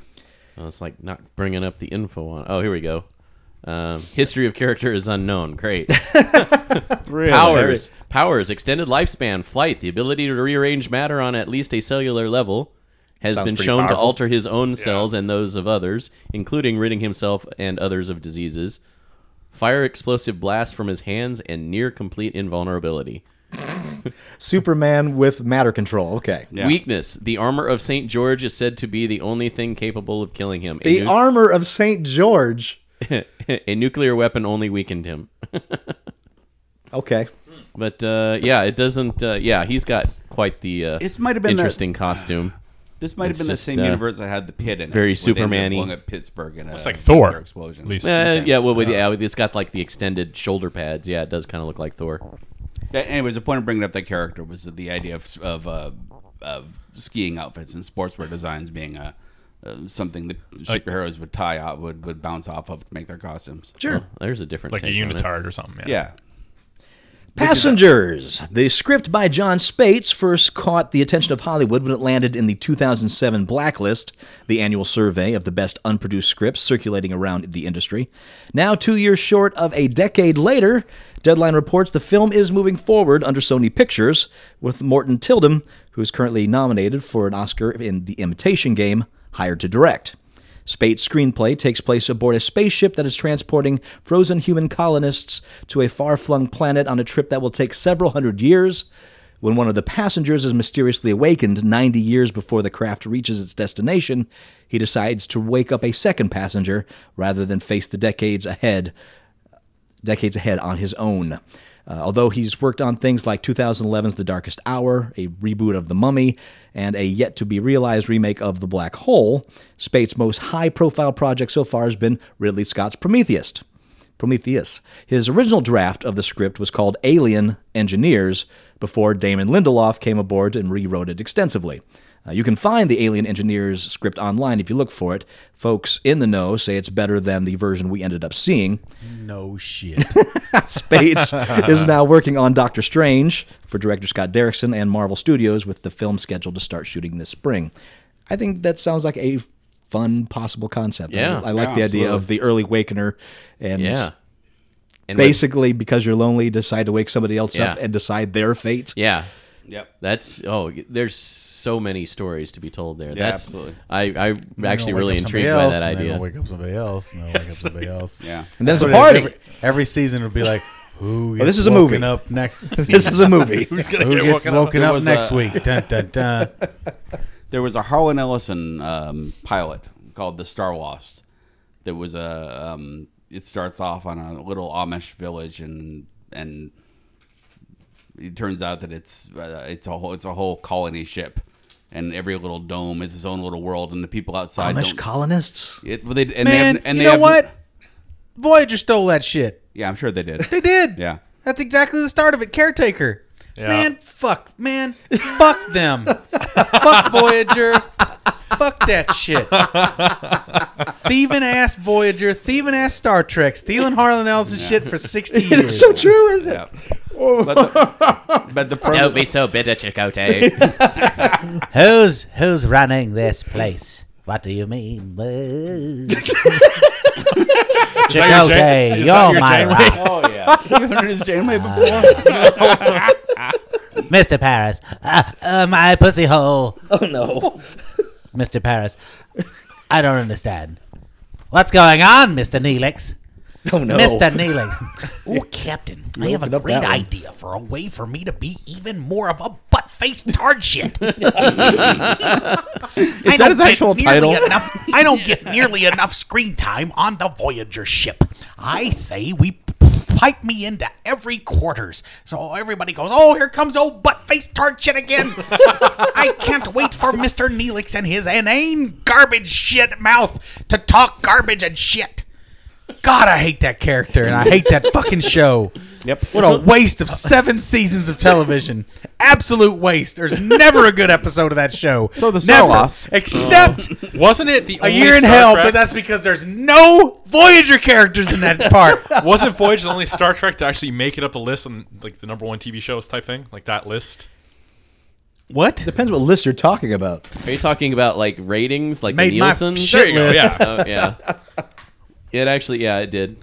oh, it's like not bringing up the info on. Oh, here we go. Um, history of character is unknown. Great. Powers. Powers. Extended lifespan. Flight. The ability to rearrange matter on at least a cellular level has been shown to alter his own cells and those of others, including ridding himself and others of diseases. Fire explosive blasts from his hands and near complete invulnerability.
Superman with matter control. Okay.
Yeah.
Weakness. The armor of St. George is said to be the only thing capable of killing him. A
The
nu-
armor of Saint George.
a nuclear weapon only weakened him.
Okay.
But uh, yeah, it doesn't. Uh, yeah, he's got quite the uh,
This might have been the-
interesting costume.
This might
It's
have been
just,
the same
uh,
universe that had the pit in it.
very
where they ended up
Superman-y.
blowing up Pittsburgh in a
It's like Thor.
nuclear explosion.
At least.
Uh, Yeah, well, with, yeah, with-
Uh,
it's got like the extended shoulder pads. Yeah, it does kind of look like Thor.
That- anyways, the point of bringing up that character was that the idea of of, uh, of skiing outfits and sportswear designs being a. Uh, something that superheroes would tie out would, would bounce off of to make their costumes.
Sure.
There's a different
like a
take on it.
unitard or something. Yeah.
Yeah,
Passengers. The script by John Spates first caught the attention of Hollywood when it landed in the 2007 Blacklist, the annual survey of the best unproduced scripts circulating around the industry. Now, two years short of a decade later, Deadline reports the film is moving forward under Sony Pictures with Morton Tilden, who is currently nominated for an Oscar in The Imitation Game, hired to direct. Spate's screenplay takes place aboard a spaceship that is transporting frozen human colonists to a far flung planet on a trip that will take several hundred years. When one of the passengers is mysteriously awakened 90 years before the craft reaches its destination, he decides to wake up a second passenger rather than face the decades ahead decades ahead on his own. Uh, although he's worked on things like 2011's The Darkest Hour, a reboot of The Mummy, and a yet to be realized remake of The Black Hole, Spate's most high profile project so far has been Ridley Scott's Prometheus. Prometheus. His original draft of the script was called Alien Engineers before Damon Lindelof came aboard and rewrote it extensively. Uh, you can find the Alien Engineers script online if you look for it. Folks in the know say it's better than the version we ended up seeing.
No shit.
Spates is now working on Doctor Strange for director Scott Derrickson and Marvel Studios, with the film scheduled to start shooting this spring. I think that sounds like a fun possible concept. I-
Yeah.
I, like the idea of the early wakener and
Yeah. And with-
basically because you're lonely, decide to wake somebody else up
Yeah.
and decide their fate.
yeah.
yep.
That's oh, there's so many stories to be told there. That's
absolutely.
I I'm actually really intrigued by
else,
that
and then
idea.
I'll wake up somebody else, and I'll wake up somebody else.
Yeah.
And that's a
That's what it
party.
is. Every, every season it'll be like, who gets
this is a
woken
movie.
up next?
This is a movie.
gonna
who
get
gets
woken up?
woken
There
up, uh,
was
next
a-
week? Dun, dun, dun.
There was a Harlan Ellison um, pilot called The Star Lost. There was a. Um, it starts off on a little Amish village, and and it turns out that it's uh, it's a whole it's a whole colony ship, and every little dome is its own little world, and the people outside.
Amish
don't-
colonists.
it, well, they, and they
Man,
have, and
you
they
know
have-
what? Voyager stole that shit.
Yeah, I'm sure they did.
They did.
Yeah.
That's exactly the start of it. Caretaker.
Yeah.
Man, fuck. Man, fuck them. fuck Voyager. Fuck that shit. thieving ass Voyager, thieving ass Star Trek, stealing Harlan Ellison shit for 60 years.
So true. isn't it?
Yeah. But the, but the further-
Don't be so bitter, Chicote.
Who's who's running this place? What do you mean? Chicote,
your Jane- is that
you're
your
my
Janeway?
rock.
you haven't heard his
Ah.
Janeway before.
Mr. Paris, uh, uh, my pussy hole. Oh, no. Mr. Paris, I don't understand. What's going on, Mr. Neelix?
Oh no.
Mr. Neelix. Oh, Captain, I have a
up
great
that one.
idea for a way for me to be even more of a butt faced tard shit. Is I
that
don't
his
get
actual
nearly
title?
Enough, I don't get nearly enough screen time on the Voyager ship. I say we pipe me into every quarters so everybody goes, oh, here comes old butt faced tard shit again. I can't wait for Mr. Neelix and his inane garbage shit mouth to talk garbage and shit. God, I hate that character and I hate that fucking show.
Yep.
What a waste of seven seasons of television. Absolute waste. There's never a good episode of that show. So
the Star
never,
Lost. Mm.
Except
Wasn't it the
a
only
year in
Star
hell,
Trek-
but that's because there's no Voyager characters in that part.
wasn't Voyage the only Star Trek to actually make it up the list and like the number one TV shows type thing, like that list?
what?
Depends what list you're talking about.
Are you talking about like ratings, like
Made
the
my
Nielsen?
shit
There you go, list.
Oh, yeah. It actually, yeah, it did.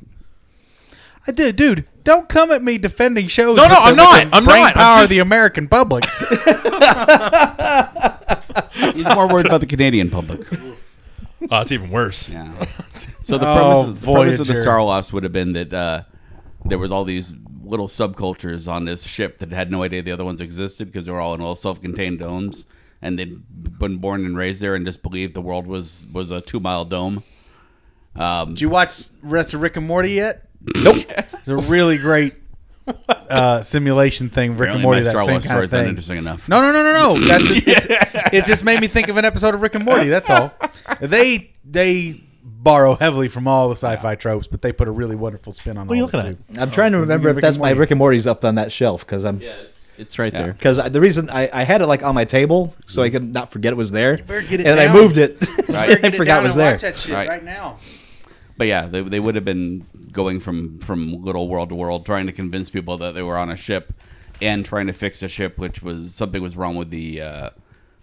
I did, dude. Don't come at me defending shows.
No, no,
with the-
I'm not.
with the
I'm
brain
not. I'm
Power of
just-
the American public.
He's more worried about the Canadian public.
Oh, it's even worse.
Yeah. So the
Oh,
premise, of, the premise of the
Voyager.
Star Wars would have been that uh, there was all these little subcultures on this ship that had no idea the other ones existed because they were all in little self-contained domes, and they'd been born and raised there and just believed the world was was a two-mile dome. Um,
Did you watch rest of Rick and Morty yet? Nope. it's a really great uh, simulation thing. Rick and Morty,
apparently my
that
Star
same
Wars
kind
story's
of
not
thing.
interesting enough.
No, no, no, no, no. That's it's, it. Just made me think of an episode of Rick and Morty. That's all. They they borrow heavily from all the sci-fi tropes, but they put a really wonderful spin on. What
are you
all of
looking
it,
at?
too.
I'm trying to remember if
Rick
that's
and
my
Morty.
Rick and Morty's up on that shelf because I'm
It's right there.
because the reason I, I had it like on my table so I could not forget it was there,
get it
and I
down.
moved it.
Right.
I forgot it was there.
Right. right
now.
But yeah, they, they would have been going from from little world to world, trying to convince people that they were on a ship, and trying to fix a ship, which was something was wrong with the uh,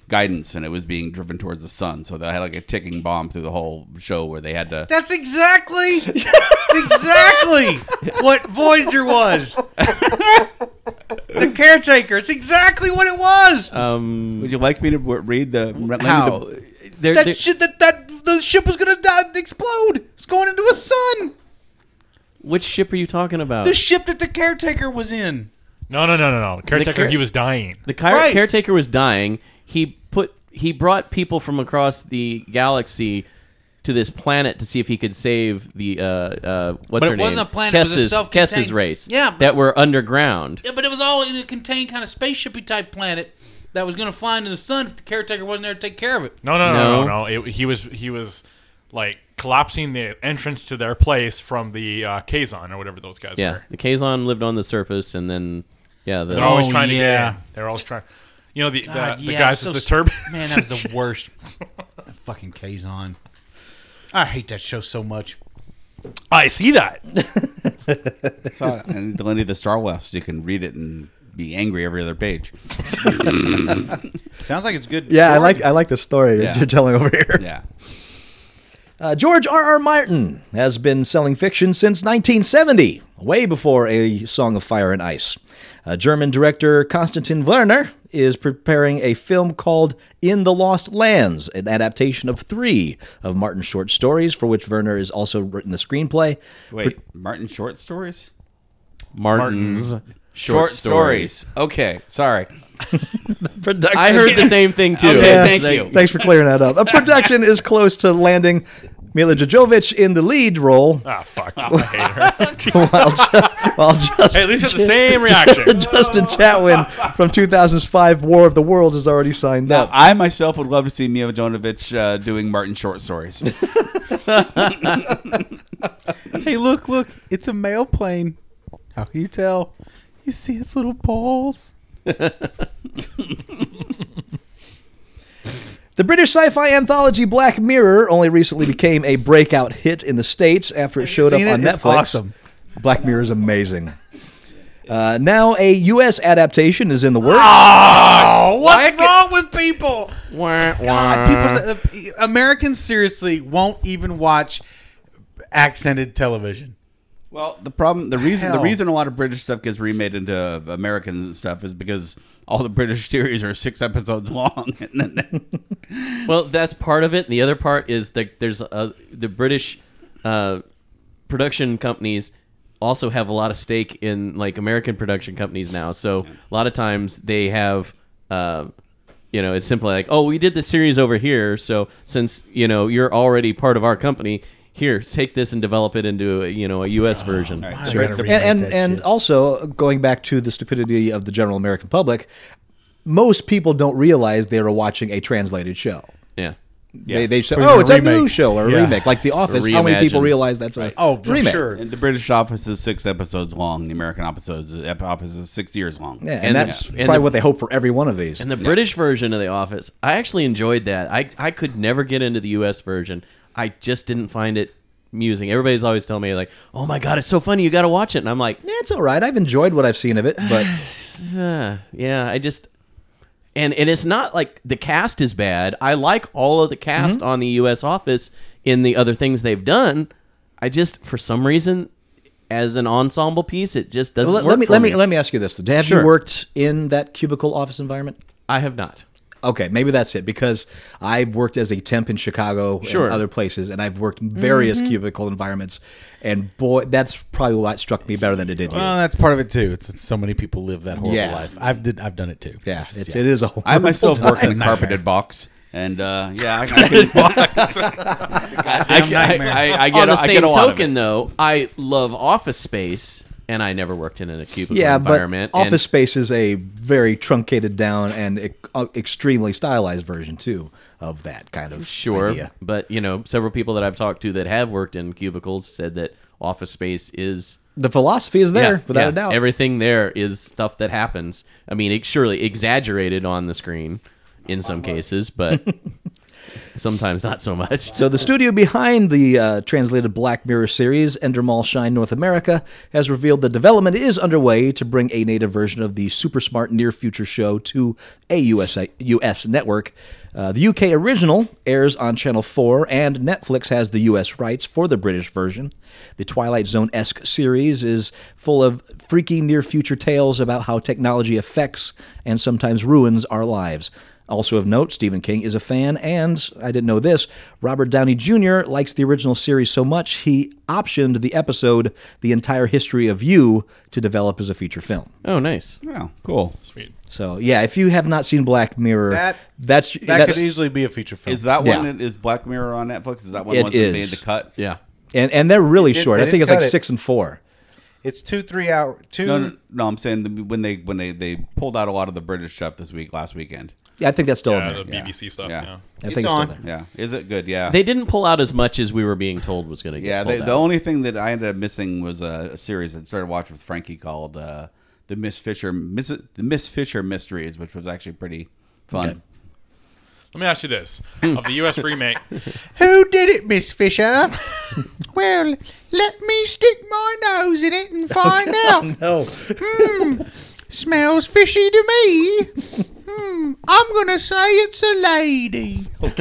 guidance, and it was being driven towards the sun. So they had like a ticking bomb through the whole show where they had to.
That's exactly exactly what Voyager was. the caretaker. It's exactly what it was.
Um,
would you like me to w- read the let me
how?
to-
There- there-
shit, that that the ship was gonna die, explode. It's going into a sun.
which ship are you talking about?
The ship that the caretaker was in.
No, no, no, no, no. Caretaker,
care-
he was dying.
The chiro-
Right.
caretaker was dying. He put he brought people from across the galaxy to this planet to see if he could save the uh, uh, what's
But
her
it
name?
wasn't a planet, it was a
Kess's-
self-contained-
Kess's race.
Yeah, but-
that were underground.
Yeah, but it was all in a contained kind of spaceshipy type planet that was going to fly into the sun if the caretaker wasn't there to take care of it.
No, no, no, no,
No.
no. It, he was he was like collapsing the entrance to their place from the uh, Kazon or whatever those guys
Yeah,
were.
the Kazon lived on the surface, and then yeah, the
They're always
Oh,
trying
yeah.
to get in. They're always trying. You know the
God,
the,
yeah,
the guys
so
with the
stu-
turban.
Man, that was the worst.
Fucking Kazon. I hate that show so much.
I see that.
saw and Delaney the Star Wars. You can read it and be angry every other page.
Sounds like it's good.
Yeah, I like I like the story
Yeah.
you're telling over here.
Yeah,
Uh, George R. R. Martin has been selling fiction since 1970, way before A Song of Fire and Ice. Uh, German director Konstantin Werner is preparing a film called In the Lost Lands, an adaptation of three of Martin's short stories, for which Werner has also written the screenplay.
wait, Martin short stories.
Martins.
Short, stories. Okay, sorry.
Production.
I heard the same thing too.
Okay, thank you.
Thanks for clearing that up. A production is close to landing Mila Jojovic in the lead role,
Ah, fuck.
Oh,
I hate her.
while, ju- while just
Hey, at least it's the same reaction.
Justin Chatwin from 2005 War of the Worlds is already signed
Now,
up.
I myself would love to see Mia Jovovich uh, doing Martin short stories.
Hey, look, look. It's a mail plane. How can you tell? You see its little balls.
The British sci-fi anthology Black Mirror only recently became a breakout hit in the states after it showed up
seen
on
it?
Netflix.
It's awesome.
Black Mirror is amazing. Uh, now a U.S. adaptation is in the works.
Oh, what's wrong with people?
Wah, wah.
God, people, uh, Americans seriously won't even watch accented television.
Well, the problem, the reason, the
Hell.
reason a lot of British stuff gets remade into American stuff is because all the British series are six episodes long, and then
Well, that's part of it. The other part is that there's uh the British uh, production companies also have a lot of stake in like American production companies now. So a lot of times they have, uh, you know, it's simply like, oh, we did this series over here, so since you know you're already part of our company, here, take this and develop it into a, you know a
Ah,
U.S. version.
and and, and also going back to the stupidity of the general American public, most people don't realize they are watching a translated show.
Yeah.
They, they say,
Or
"Oh,
a
it's a new
remake.
show or a
Yeah.
remake." Like The Office, how many people
reimagined.
realize that's a
Oh, for
remake?
sure.
and the British office is six episodes long. The American office is, office is six years long.
Yeah, and,
And the-
that's
and
probably
the-
what they hope for every one of these.
And the British version of The Office, I actually enjoyed that. I, I could never get into the U.S. version. I just didn't find it amusing. Everybody's always telling me like, "Oh my god, it's so funny! You got to watch it." And I'm like,
Yeah, it's all right. I've enjoyed what I've seen of it, but
"Ah, "Yeah, I just." And and it's not like the cast is
Mm-hmm.
bad. I like all of the cast on the U.S. Office in the other things they've done. I just for some reason, as an ensemble piece, it just doesn't
Let,
work.
let me
for
let me let me ask you this: Have
Sure.
you worked in that cubicle office environment?
I have not.
Okay, maybe that's it because I've worked as a temp in Chicago
Sure. Mm-hmm.
and other places, and I've worked in various cubicle environments, and boy, that's probably what struck me better than it did you.
Well, Oh, that's part of it too. It's, that so many people live that horrible
Yeah.
life. I've did I've done it too.
yeah,
It's-
it's, it is a horrible
I myself work in a
time.
carpeted box, and uh, yeah, I, I, can, I, can- I, I, I get
On the
a- I
same
get a lot of
token,
it.
though, I love Office Space, and I never worked in a cubicle
Yeah, but
environment. and-
Office Space is a very truncated down and e- uh, extremely stylized version too of that kind of
sure
idea.
but you know several people that i've talked to that have worked in cubicles said that office space is
The philosophy is there
Yeah,
without
yeah,
a doubt.
everything there is stuff that happens i mean it, surely exaggerated on the screen in some cases but sometimes not so much
So the studio behind the uh, translated Black Mirror series, Endermall Shine North America, has revealed the development is underway to bring a native version of the super smart near future show to a US, US network. Uh, the UK original airs on Channel 4, and Netflix has the US rights for the British version. The Twilight Zone esque series is full of freaky near future tales about how technology affects and sometimes ruins our lives. Also of note, Stephen King is a fan, and I didn't know this. Robert Downey Jr. likes the original series so much he optioned the episode "The Entire History of You" to develop as a feature film.
oh nice
Wow, cool.
Sweet.
So yeah, if you have not seen Black Mirror,
That-
that's
That
that's
could easily be a feature film.
Is that
Yeah.
one? Is Black Mirror on Netflix? Is that one
It
one that made
is.
the cut?
yeah
and and they're really
did-
short.
they
I think
did
it's like
cut it.
six and four.
it's two three hour two.
No, no, no, I'm saying the, when they when they they pulled out a lot of the British stuff this week last weekend.
Yeah, I think that's still
Yeah,
in
the
there.
BBC stuff.
Yeah.
Yeah.
I think
It's
it's, still
on.
there.
Yeah, is it good? Yeah,
they didn't pull out as much as we were being told was going to get
yeah.
pulled
They,
out.
the only thing that I ended up missing was a, a series that I started watching with Frankie called uh, the Miss Fisher Miss, the Miss Fisher Mysteries, which was actually pretty fun.
Let me ask you this: of the U.S. remake,
Who did it, Miss Fisher? well, let me stick my nose in it and find out. Hmm,
No,
Smells fishy to me. Hmm, I'm gonna say it's a lady. I'm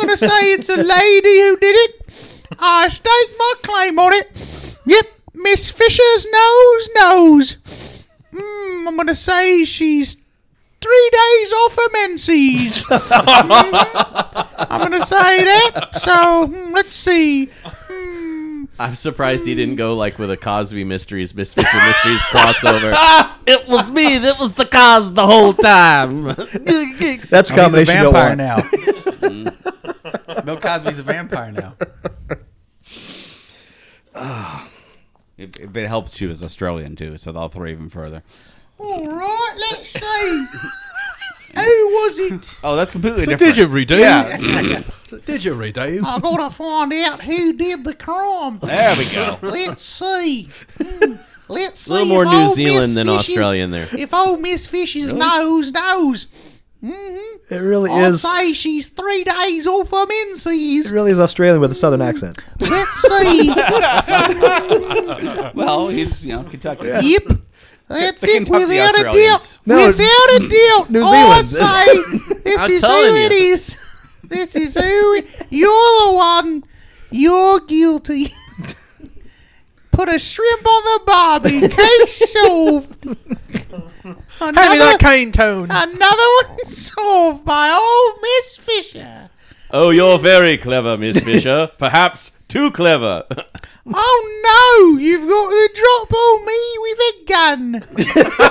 gonna say it's a lady who did it. I stake my claim on it. Yep, Miss Fisher's nose knows. Hmm, I'm gonna say she's three days off her menses. Mhm. I'm gonna say that. So hmm, let's see.
i'm surprised he didn't go like with a cosby mysteries Miss Fisher mysteries crossover it was me that was the cause the whole time
Oh,
that's a combination. you don't
vampire
want.
now. Bill Cosby's a vampire now.
If, if it helps, she was Australian too, so that'll throw even further.
All right, let's see. Who was it?
Oh, that's completely different.
did you redo?
Yeah,
Did you redo?
I gotta find out who did the crime.
there we go.
Let's see. Hmm, Let's see.
A little more
if
New
old Miss
Zealand than
Fish's-
Australian there.
If old Miss Fish's nose knows, hmm
It really
I'd
is.
say she's three days off her menses.
It really is Australian with a southern accent.
Let's see.
Well, he's you know Kentucky.
yep. That's
They can
it,
talk to the
without a doubt.
Australians.
No,
without a doubt.
New
I'd
Zealand.
say this
I'm
is who
telling you.
it is. This is who it, you're the one. You're guilty. Put a shrimp on the barbie. Case solved. Another,
cane tone.
another one solved by old Miss Fisher.
Oh, you're very clever, Miss Fisher. Perhaps too clever.
Oh no! You've got to drop on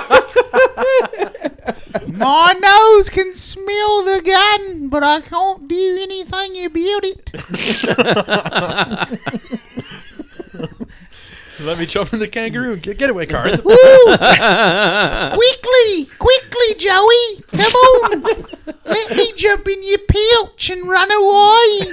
me with a gun. My nose can smell the gun, but I can't do anything about it.
Let me jump in the kangaroo and get getaway car.
Woo! quickly, quickly, Joey! Come on! Let me jump in your pouch and run away.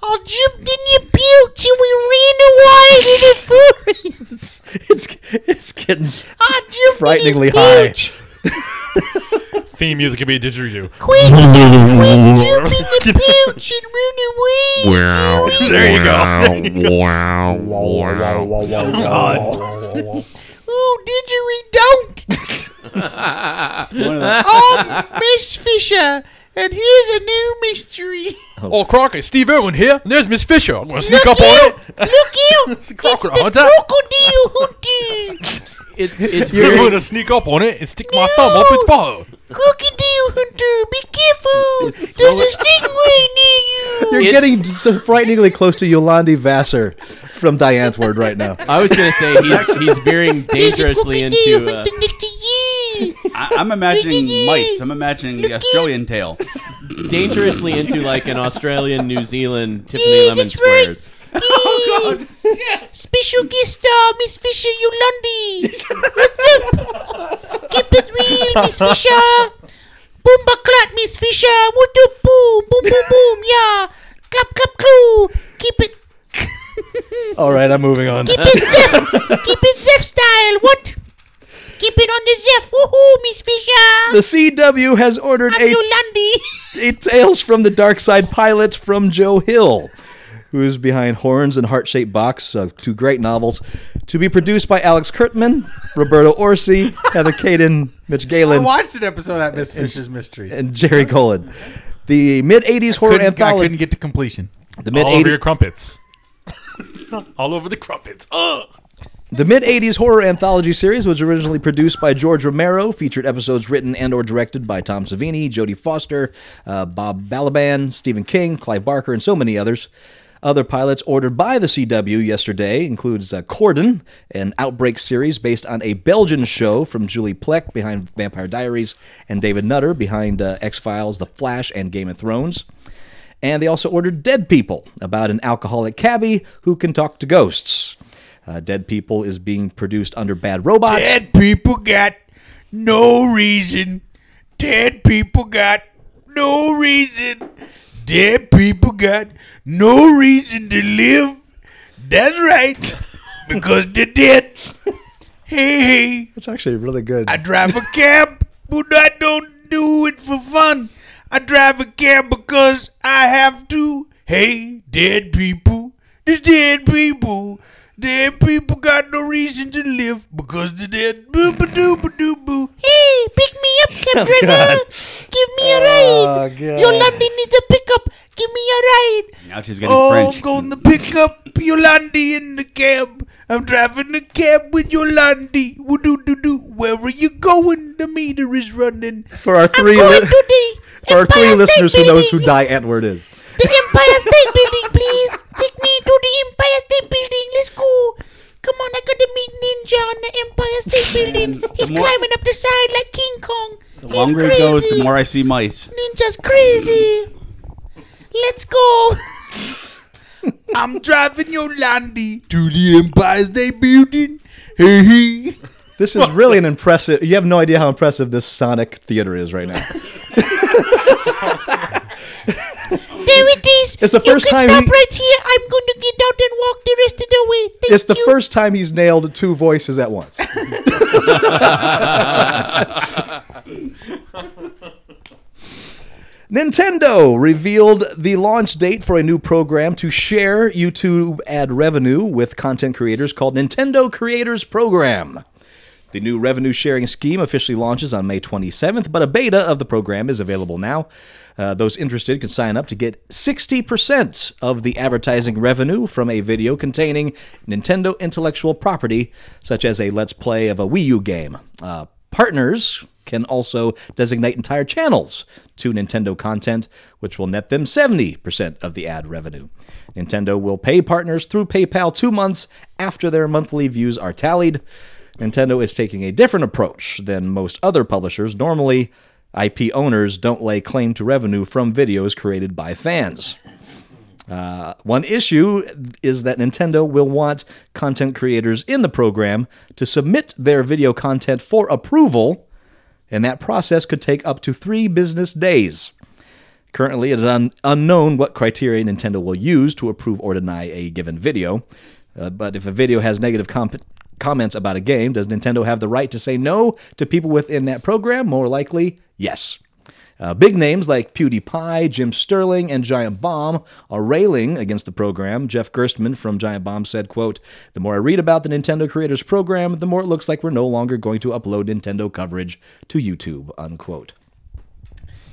I jumped in your pouch and we ran away to the forest.
It's it's getting
I jumped
frighteningly
in his
high.
pouch.
Theme music could be a didgeridoo.
Quick! Quick! Jump in the pouch and run away!
There you go.
Ooh, didgeridoo!
One of the-
Oh, Miss Fisher,
And here's a new mystery.
Oh, Crocker, Steve Irwin here. And there's Miss Fisher. I'm gonna sneak
out!
up on it.
Look out!
It's the Crocker Hunter.
crocodile hunter.
It's it's
You're
very
gonna sneak up on it and stick my thumb up its butthole.
Crocodile hunter, be careful. There's a stingray near
You're
you.
It's-
getting so frighteningly close to Yolandi Vassar from Diane's Word right now.
I was gonna say he's he's veering
There's a
dangerously
crocodile
into uh,
hunter next to you.
I, I'm imagining mice. I'm imagining the Australian tail.
dangerously into like an Australian New Zealand Tiffany
Yeah,
Lemon
that's right.
Squares.
Special guest star, Miss Fisher Yolandi. What's up? Keep it real, Miss Fisher. Boomba clat, Miss Fisher. What up, boom? Boom, boom, boom, yeah. Clap, clap, clue. Keep it,
All right, I'm moving on.
keep it zef. Keep it zef style, what? Keep it on the zef. Woohoo, Miss
The
Fisher.
CW has ordered
I'm
a,
Yolandi.
a Tales from the Dark Side pilot from Joe Hill, who's behind Horns and Heart Shaped Box, uh, two great novels, to be produced by Alex Kurtman, Roberto Orsi, Heather Caden,
Oh,
Mitch
I
Galen,
watched an episode of that Miss Fisher's Mysteries.
and Jerry Colin. The mid 80s horror
couldn't, I couldn't
anthology.
get to completion.
The mid
All over your
80s
crumpets. All over the crumpets. Ugh.
The mid 80s horror anthology series was originally produced by George Romero, featured episodes written and or directed by Tom Savini, Jodie Foster, uh, Bob Balaban, Stephen King, Clive Barker, and so many others. Other pilots ordered by the CW yesterday includes uh, Cordon, an outbreak series based on a Belgian show from Julie Plec behind Vampire Diaries, and David Nutter behind uh, X-Files, The Flash, and Game of Thrones. And they also ordered Dead People, about an alcoholic cabbie who can talk to ghosts. Uh, Dead People is being produced under Bad Robots.
Dead people got no reason. Dead people got no reason. Dead people got no reason to live. That's right. Because they're dead. Hey, hey.
That's actually really good.
I drive a cab, but I don't do it for fun. I drive a cab because I have to. Hey, dead people, there's dead people. Dead people got no reason to live because they're dead. Boo ba doo ba doo boo.
Hey, pick me up, cab driver. Give me a ride.
God.
Yolandi needs a pickup. Give me a ride.
Now she's getting
Oh,
French.
I'm going to pick up Yolandi in the cab. I'm driving the cab with Yolandi. Woo doo doo doo. Where are you going? The meter is running.
for our three,
Going
li-
to the
for our three
Empire
listeners
State
who knows who
Building.
Die Antwoord is.
The Empire State Building, please. Take me to the Empire State Building. Let's go. Come on, I gotta meet Ninja on the Empire State Building. He's
the more-
climbing up the side like King Kong.
the longer
He's
it goes,
crazy.
the more I see mice.
Ninja's crazy. Let's go.
I'm driving Yolandi to the Empire State Building. Hey, hey.
This is really an impressive. You have no idea how impressive this Sonic theater is right now.
There it is.
It's the
you
first
can
time
stop
he-
right here. I'm going to get out and walk the rest of the way. Thank
It's the
you.
first time he's nailed two voices at once. Nintendo revealed the launch date for a new program to share YouTube ad revenue with content creators called Nintendo Creators Program. The new revenue sharing scheme officially launches on May 27th, but a beta of the program is available now. Uh, those interested can sign up to get 60% of the advertising revenue from a video containing Nintendo intellectual property, such as a Let's Play of a Wii U game. Uh, partners can also designate entire channels to Nintendo content, which will net them 70% of the ad revenue. Nintendo will pay partners through PayPal two months after their monthly views are tallied. Nintendo is taking a different approach than most other publishers. Normally, IP owners don't lay claim to revenue from videos created by fans. Uh, one issue is that Nintendo will want content creators in the program to submit their video content for approval, and that process could take up to three business days. Currently, it is un- unknown what criteria Nintendo will use to approve or deny a given video. Uh, but if a video has negative comp- comments about a game, does Nintendo have the right to say no to people within that program? More likely, yes. Uh, big names like PewDiePie, Jim Sterling, and Giant Bomb are railing against the program. Jeff Gerstmann from Giant Bomb said, quote, The more I read about the Nintendo Creators Program, the more it looks like we're no longer going to upload Nintendo coverage to YouTube, unquote.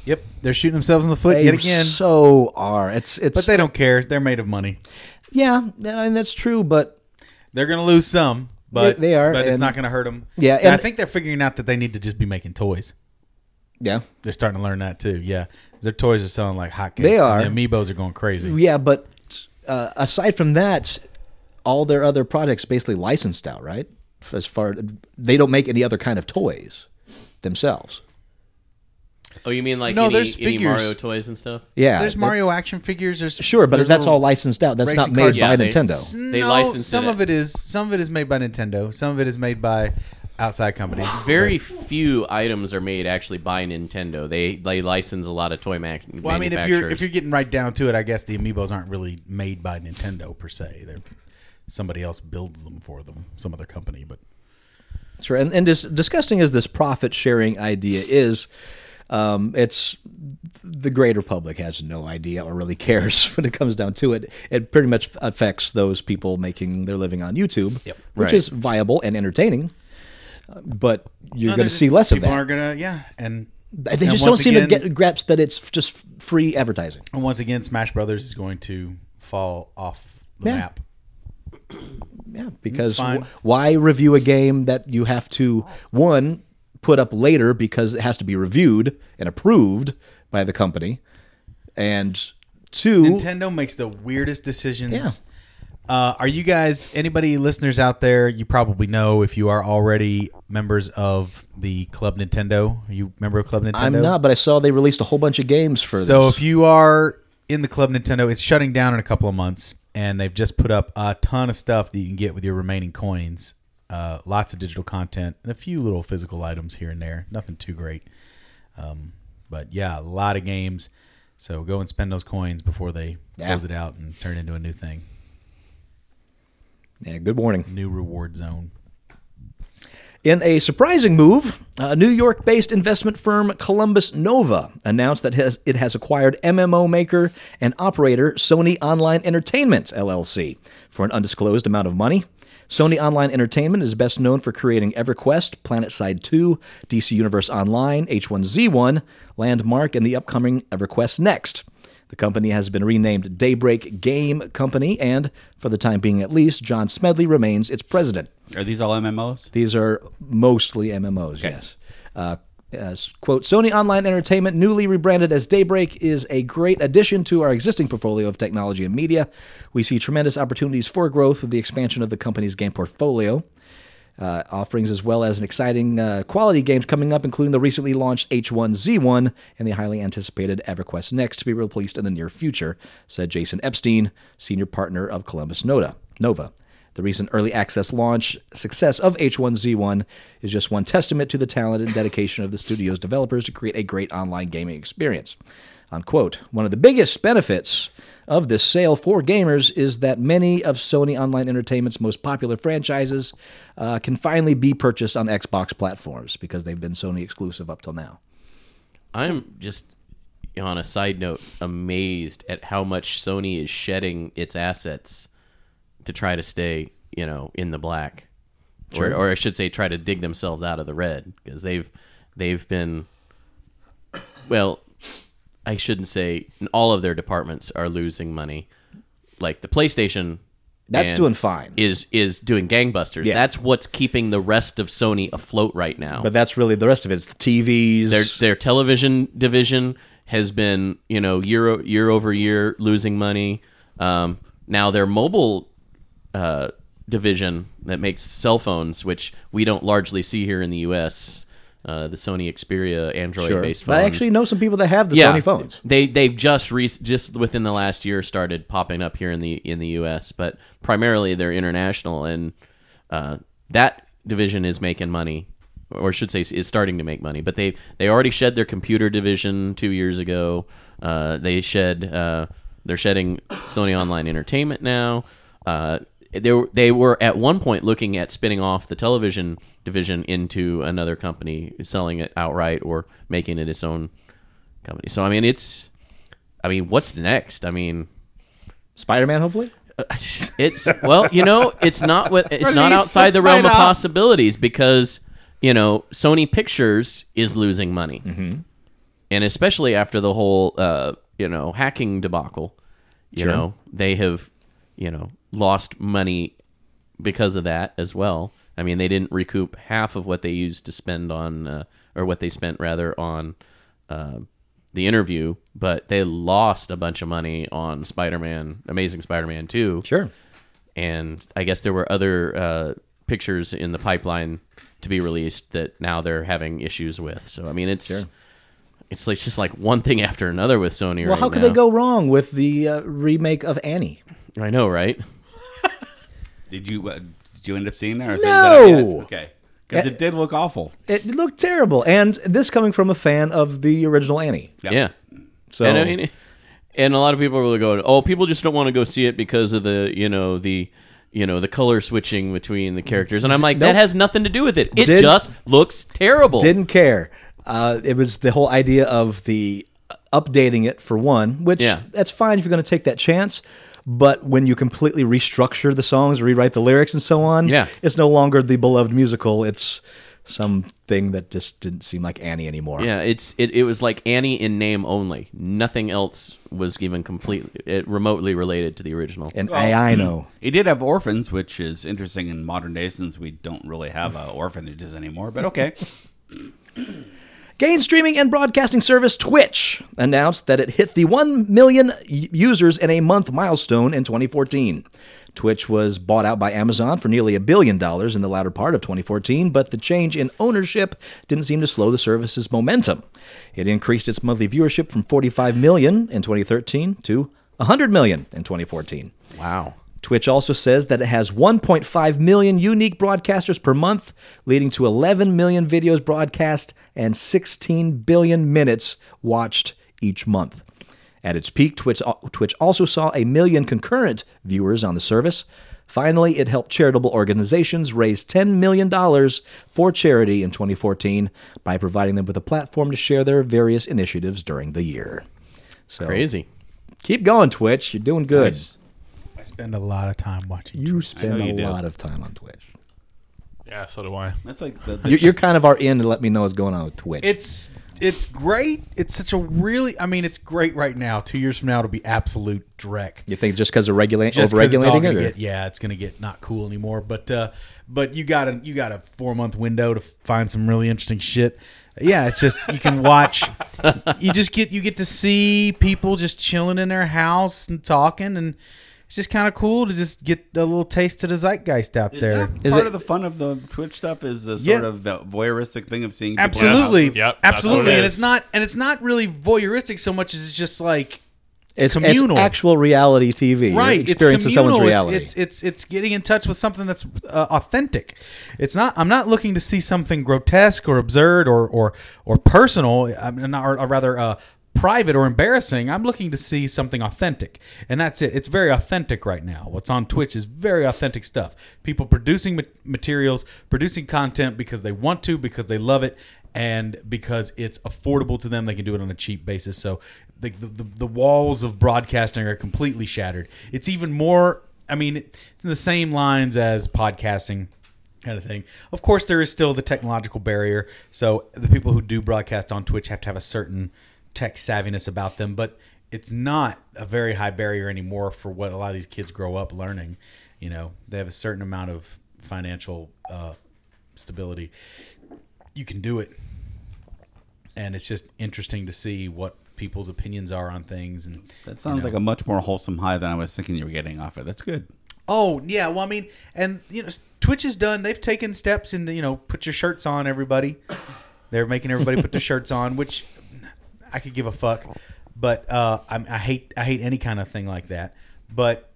Yep, they're shooting themselves in the foot
They
yet again.
so are. It's it's.
but they don't care. They're made of money.
yeah, and that's true. But
They're going to lose some, but
They- they are,
But it's
and-
not going to hurt them.
Yeah,
and I
and-
think they're figuring out that they need to just be making toys.
yeah,
They're starting to learn that too. Yeah, their toys are selling like hotcakes.
They are.
And the amiibos are going crazy.
yeah. But uh, aside from that, all their other products basically licensed out, right? As far they don't make any other kind of toys themselves.
Oh, you mean like
No,
any,
there's
any
figures.
Mario toys and stuff?
Yeah,
There's
that-
Mario action figures. There's
Sure, but
there's
that's
little-
all licensed out. That's not
racing
made
cars.
by
Yeah, they-
Nintendo.
They licensed
some
it.
of it is some of it is made by Nintendo. Some of it is made by outside companies.
Very few items are made actually by Nintendo. They they license a lot of toy mac-
Well, I mean, if you're if
manufacturers.
you're getting right down to it, I guess the amiibos aren't really made by Nintendo per se. They're somebody else builds them for them, some other company. But
Sure, and and as disgusting as this profit sharing idea is, um, it's the greater public has no idea or really cares when it comes down to it. It pretty much affects those people making their living on YouTube, which
Right.
is viable and entertaining. uh, But you're
No,
going to
there's
see
just-
less of
people
that.
aren't gonna, yeah, and
they
and
just don't
once
seem
again-
to get grasp that it's just f- free advertising.
And once again, Smash Brothers is going to fall off the
Yeah.
map.
Yeah, because
fine.
wh- why review a game that you have to one put up later because it has to be reviewed and approved by the company, and two,
Nintendo makes the weirdest decisions.
Yeah.
Uh, are you guys, anybody listeners out there, you probably know if you are already members of the Club Nintendo. Are you a member of Club Nintendo?
I'm not, but I saw they released a whole bunch of games for this.
So if you are in the Club Nintendo, it's shutting down in a couple of months, and they've just put up a ton of stuff that you can get with your remaining coins. Uh, lots of digital content and a few little physical items here and there. Nothing too great, um, but yeah, a lot of games. So go and spend those coins before they
Yeah.
close it out and turn it into a new thing,
yeah, good warning.
new reward zone.
In a surprising move, a New York based investment firm Columbus Nova announced that has, it has acquired MMO maker and operator Sony Online Entertainment, LLC, for an undisclosed amount of money. Sony Online Entertainment is best known for creating EverQuest, PlanetSide 2, DC Universe Online, H1Z1, Landmark, and the upcoming EverQuest Next. The company has been renamed Daybreak Game Company, and, for the time being at least, John Smedley remains its president.
Are these all MMOs?
These are mostly MMOs, yes. Uh, as, quote, Sony Online Entertainment, newly rebranded as Daybreak, is a great addition to our existing portfolio of technology and media. We see tremendous opportunities for growth with the expansion of the company's game portfolio uh, offerings, as well as an exciting uh, quality games coming up, including the recently launched H1Z1 and the highly anticipated EverQuest Next to be released in the near future, said Jason Epstein, senior partner of Columbus Nova. Nova. The recent early access launch success of H1Z1 is just one testament to the talent and dedication of the studio's developers to create a great online gaming experience. Unquote. One of the biggest benefits of this sale for gamers is that many of Sony Online Entertainment's most popular franchises uh, can finally be purchased on Xbox platforms because they've been Sony exclusive up till now.
I'm just on a side note amazed at how much Sony is shedding its assets to try to stay, you know, in the black. Or, or I should say try to dig themselves out of the red because they've they've been well, I shouldn't say all of their departments are losing money. Like the PlayStation
That's
and
doing fine.
Is is doing gangbusters.
Yeah.
That's what's keeping the rest of Sony afloat right now
But that's really the rest of it. It's the TVs.
their their television division has been you know year o- year over year losing money. Um, now their mobile uh, division that makes cell phones, which we don't largely see here in the U.S., uh, the Sony Xperia
Sure.
Android-based
But
phones.
I actually know some people that have the Sony phones.
They they've just re- just within the last year started popping up here in the in the U.S., but primarily they're international, and uh, that division is making money, or I should say is starting to make money. But they they already shed their computer division two years ago. Uh, they shed uh, they're shedding Sony Online Entertainment now. Uh, they were, they were at one point looking at spinning off the television division into another company, selling it outright or making it its own company. So I mean, it's, I mean, what's next? I mean,
Spider Man, hopefully?
it's well, you know, it's not what it's not
Release
outside the
the
realm of
spider.
possibilities because you know Sony Pictures is losing money. and especially after the whole uh, you know hacking debacle, you know they have you know lost money because of that as well. I mean, they didn't recoup half of what they used to spend on, uh, or what they spent rather on uh, the interview, but they lost a bunch of money on Spider Man, Amazing Spider Man 2.
Sure.
And I guess there were other uh, pictures in the pipeline to be released that now they're having issues with. So, I mean, it's. It's like just like one thing after another with Sony.
Well,
right
how could
now.
they go wrong with the uh, remake of Annie?
I know, right?
Did you uh, did you end up seeing that? Or is it-
No.
is that- yeah, Okay. Because
Eh.
it did look awful.
It looked terrible, and this coming from a fan of the original Annie.
Yeah.
So
And uh, I mean, and a lot of people were going, "Oh, people just don't want to go see it because of the, you know, the, you know, the color switching between the characters." And I'm like,
Nope.
that has nothing to do with it. It
Did-
just looks terrible.
didn't care. Uh, it was the whole idea of the updating it for one, which
Yeah.
that's fine if you're going to take that chance. But when you completely restructure the songs, rewrite the lyrics, and so on,
Yeah.
it's no longer the beloved musical. It's something that just didn't seem like Annie anymore.
Yeah, it's it, it was like Annie in name only. Nothing else was even completely it remotely related to the original.
And I, I know.
It did have orphans, which is interesting in modern day since we don't really have uh, orphanages anymore. But okay,
Game streaming and broadcasting service Twitch announced that it hit the 1 million u- users in a month milestone in 2014. Twitch was bought out by Amazon for nearly a billion dollars in the latter part of 2014, but the change in ownership didn't seem to slow the service's momentum. It increased its monthly viewership from 45 million in 2013 to 100 million in 2014.
wow.
Twitch also says that it has 1.5 million unique broadcasters per month, leading to 11 million videos broadcast and 16 billion minutes watched each month. At its peak, Twitch, Twitch also saw a million concurrent viewers on the service. Finally, it helped charitable organizations raise $10 million for charity in 2014 by providing them with a platform to share their various initiatives during the year. So
Crazy.
keep going, Twitch. You're doing good.
I spend a lot of time watching.
You spend
you
a
do.
lot of time on Twitch.
Yeah, so do I.
that's like the, the
You're, you're kind of our in to let me know what's going on with Twitch.
It's it's great. It's such a really. I mean, it's great right now. Two years from now, it'll be absolute dreck.
you think just because of regula-
Just 'cause it's all
overregulating
gonna
it? or-
get- yeah, it's gonna get not cool anymore. But uh, but you got a you got a four month window to find some really interesting shit. Yeah, it's just you can watch. you just get you get to see people just chilling in their house and talking, and it's just kind of cool to just get a little taste of the zeitgeist out there.
Is part
it-
of the fun of the Twitch stuff is the
Yeah.
sort of the voyeuristic thing of seeing people
Absolutely,
Yes. Yep, that's
absolutely,
what it
and
is.
it's not and it's not really voyeuristic so much as it's just like
It's, it's
communal.
actual reality TV. You're
right
experiencing
it's
someone's
communal.
reality.
It's, it's it's it's getting in touch with something that's uh, authentic it's not i'm not looking to see something grotesque or absurd or or or personal I'm not, or, or rather uh private or embarrassing i'm looking to see something authentic and that's it it's very authentic right now what's on twitch is very authentic stuff people producing ma- materials producing content because they want to because they love it and because it's affordable to them they can do it on a cheap basis so the, the, the, the walls of broadcasting are completely shattered it's even more i mean it's in the same lines as podcasting kind of thing. Of course, there is still the technological barrier. So the people who do broadcast on Twitch have to have a certain tech savviness about them, but it's not a very high barrier anymore for what a lot of these kids grow up learning. You know, they have a certain amount of financial uh, stability. You can do it. And it's just interesting to see what people's opinions are on things and
That sounds like a much more wholesome high than I was thinking you were getting off it. That's good.
Oh yeah, well I mean, and you know, Twitch has done. They've taken steps in the you know, put your shirts on, everybody. They're making everybody put their shirts on, which I could give a fuck, but uh, I, I hate I hate any kind of thing like that. But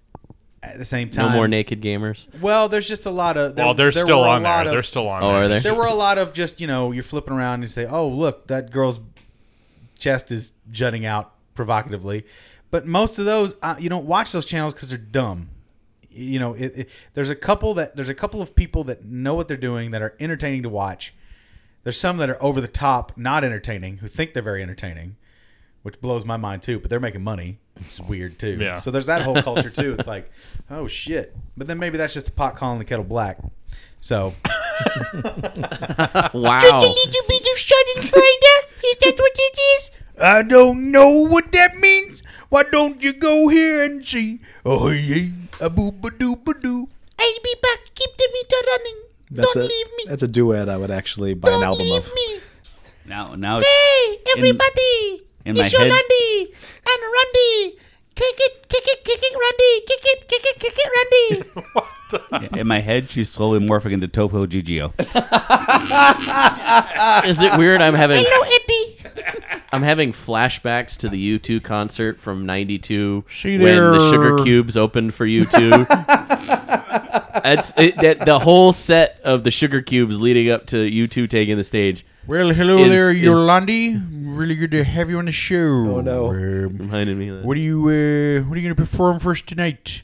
at the same
No
time,
more naked gamers.
Well, there's just a lot of. There,
Well, they're
there
still
were a
on there.
lot of-
they're still on.
Oh,
there.
are they?
there were a lot of just you know you're flipping around and you say oh look that girl's chest is jutting out provocatively but most of those uh, you don't watch those channels because they're dumb you know it, it, there's a couple that there's a couple of people that know what they're doing that are entertaining to watch there's some that are over the top not entertaining who think they're very entertaining which blows my mind too but they're making money it's weird too
Yeah.
so there's that whole culture too it's like oh shit but then maybe that's just the pot calling the kettle black so
Wow.
Just a little bit of Schadenfreude Is that what it is?
I don't know what that means. Why don't you go here and see? Oh, yeah, a booba dooba doo.
I'll be back. Keep the meter running.
That's
Don't
a,
leave me.
That's a duet I would actually buy an
Don't
album
leave
of.
me.
Now, now,
Hey, everybody!
in
it's
my
your
head-
Randy and Randy. Kick it, kick it, kick it, Randy. Kick it, kick it, kick it, Randy.
in my head, she's slowly morphing into Topo Gigio.
Is it weird? I'm having
Hello, Eddie.
I'm having flashbacks to the U2 concert from '92 when
there.
the Sugar Cubes opened for U2. That's it, that the whole set of the Sugar Cubes leading up to U2 taking the stage.
Well, hello
Is-
there,
is-
Yolandi. Really good to have you on the show. Oh
no.
Reminded me. Of that.
what are you uh, What are you going to perform for us tonight?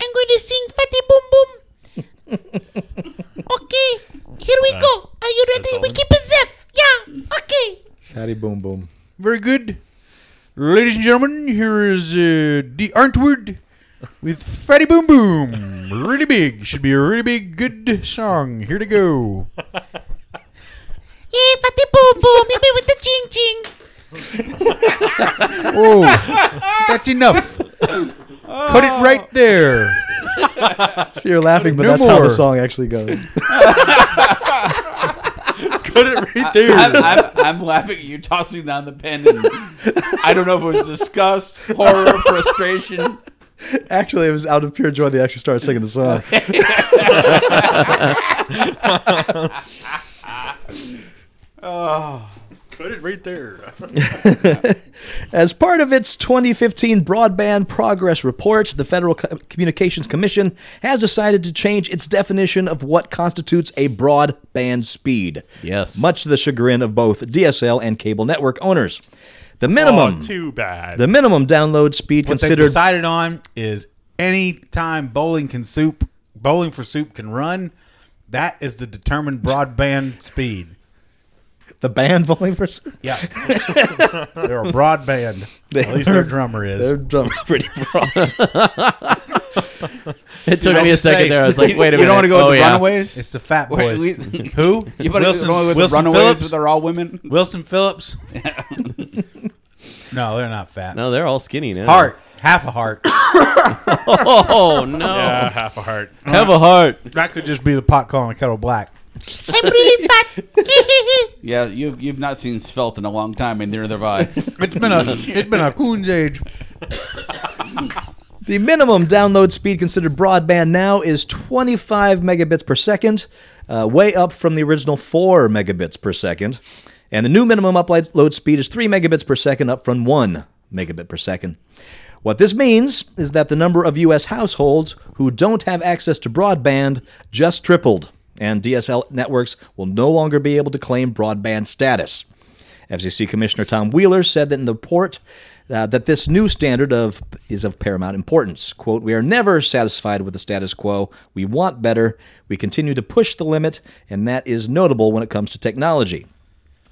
I'm going to sing Fatty Boom Boom. okay, here we go. Are you ready? We keep it safe. Yeah, okay.
Patty Boom Boom.
Very good, ladies and gentlemen. Here is uh, D. Arntwood with Fatty Boom Boom. really big. Should be a really big, good song. Here to go.
Yeah, Fatty Boom Boom. You be with the ching ching.
Oh, that's enough. Cut it right there.
So you're laughing, but
No
that's how the
more.
song actually goes.
I'm, I'm, I'm laughing at you tossing down the pen. And I don't know if it was disgust, horror, frustration.
actually, it was out of pure joy they actually started singing the song.
Put it right there.
As part of its 2015 Broadband Progress Report, the Federal Co- Communications Commission has decided to change its definition of what constitutes a broadband speed.
Yes.
Much to the chagrin of both DSL and cable network owners. The minimum.
Oh, too bad.
the minimum download speed
what they've
considered
decided on is any time bowling can soup bowling for soup can run that is the determined broadband speed
the band volume for
yeah they're a broadband at least their drummer
They're
is
drum pretty broad.
It took me a second there. I was like, wait a minute.
You don't want to go
oh,
with the
yeah.
runaways?
it's the fat
Wait,
boys
we-
who
You better
wilson,
go with
wilson
the runaways,
phillips
but they're all women.
wilson phillips no they're not fat
No, they're all skinny now.
heart half a heart
Oh no.
yeah, half a heart.
Have a heart.
that could just be the pot calling the kettle black
I'm really fat.
Yeah, you've you've not seen Svelte in a long time, and neither have I.
it's been a it's been a coon's age
The minimum download speed considered broadband now is 25 megabits per second, uh, way up from the original 4 megabits per second. And the new minimum upload speed is 3 megabits per second, up from 1 megabit per second. What this means is that the number of U.S. households who don't have access to broadband just tripled, and DSL networks will no longer be able to claim broadband status. FCC Commissioner Tom Wheeler said that in the report uh, that this new standard of is of paramount importance. "Quote: We are never satisfied with the status quo. We want better. We continue to push the limit, and that is notable when it comes to technology."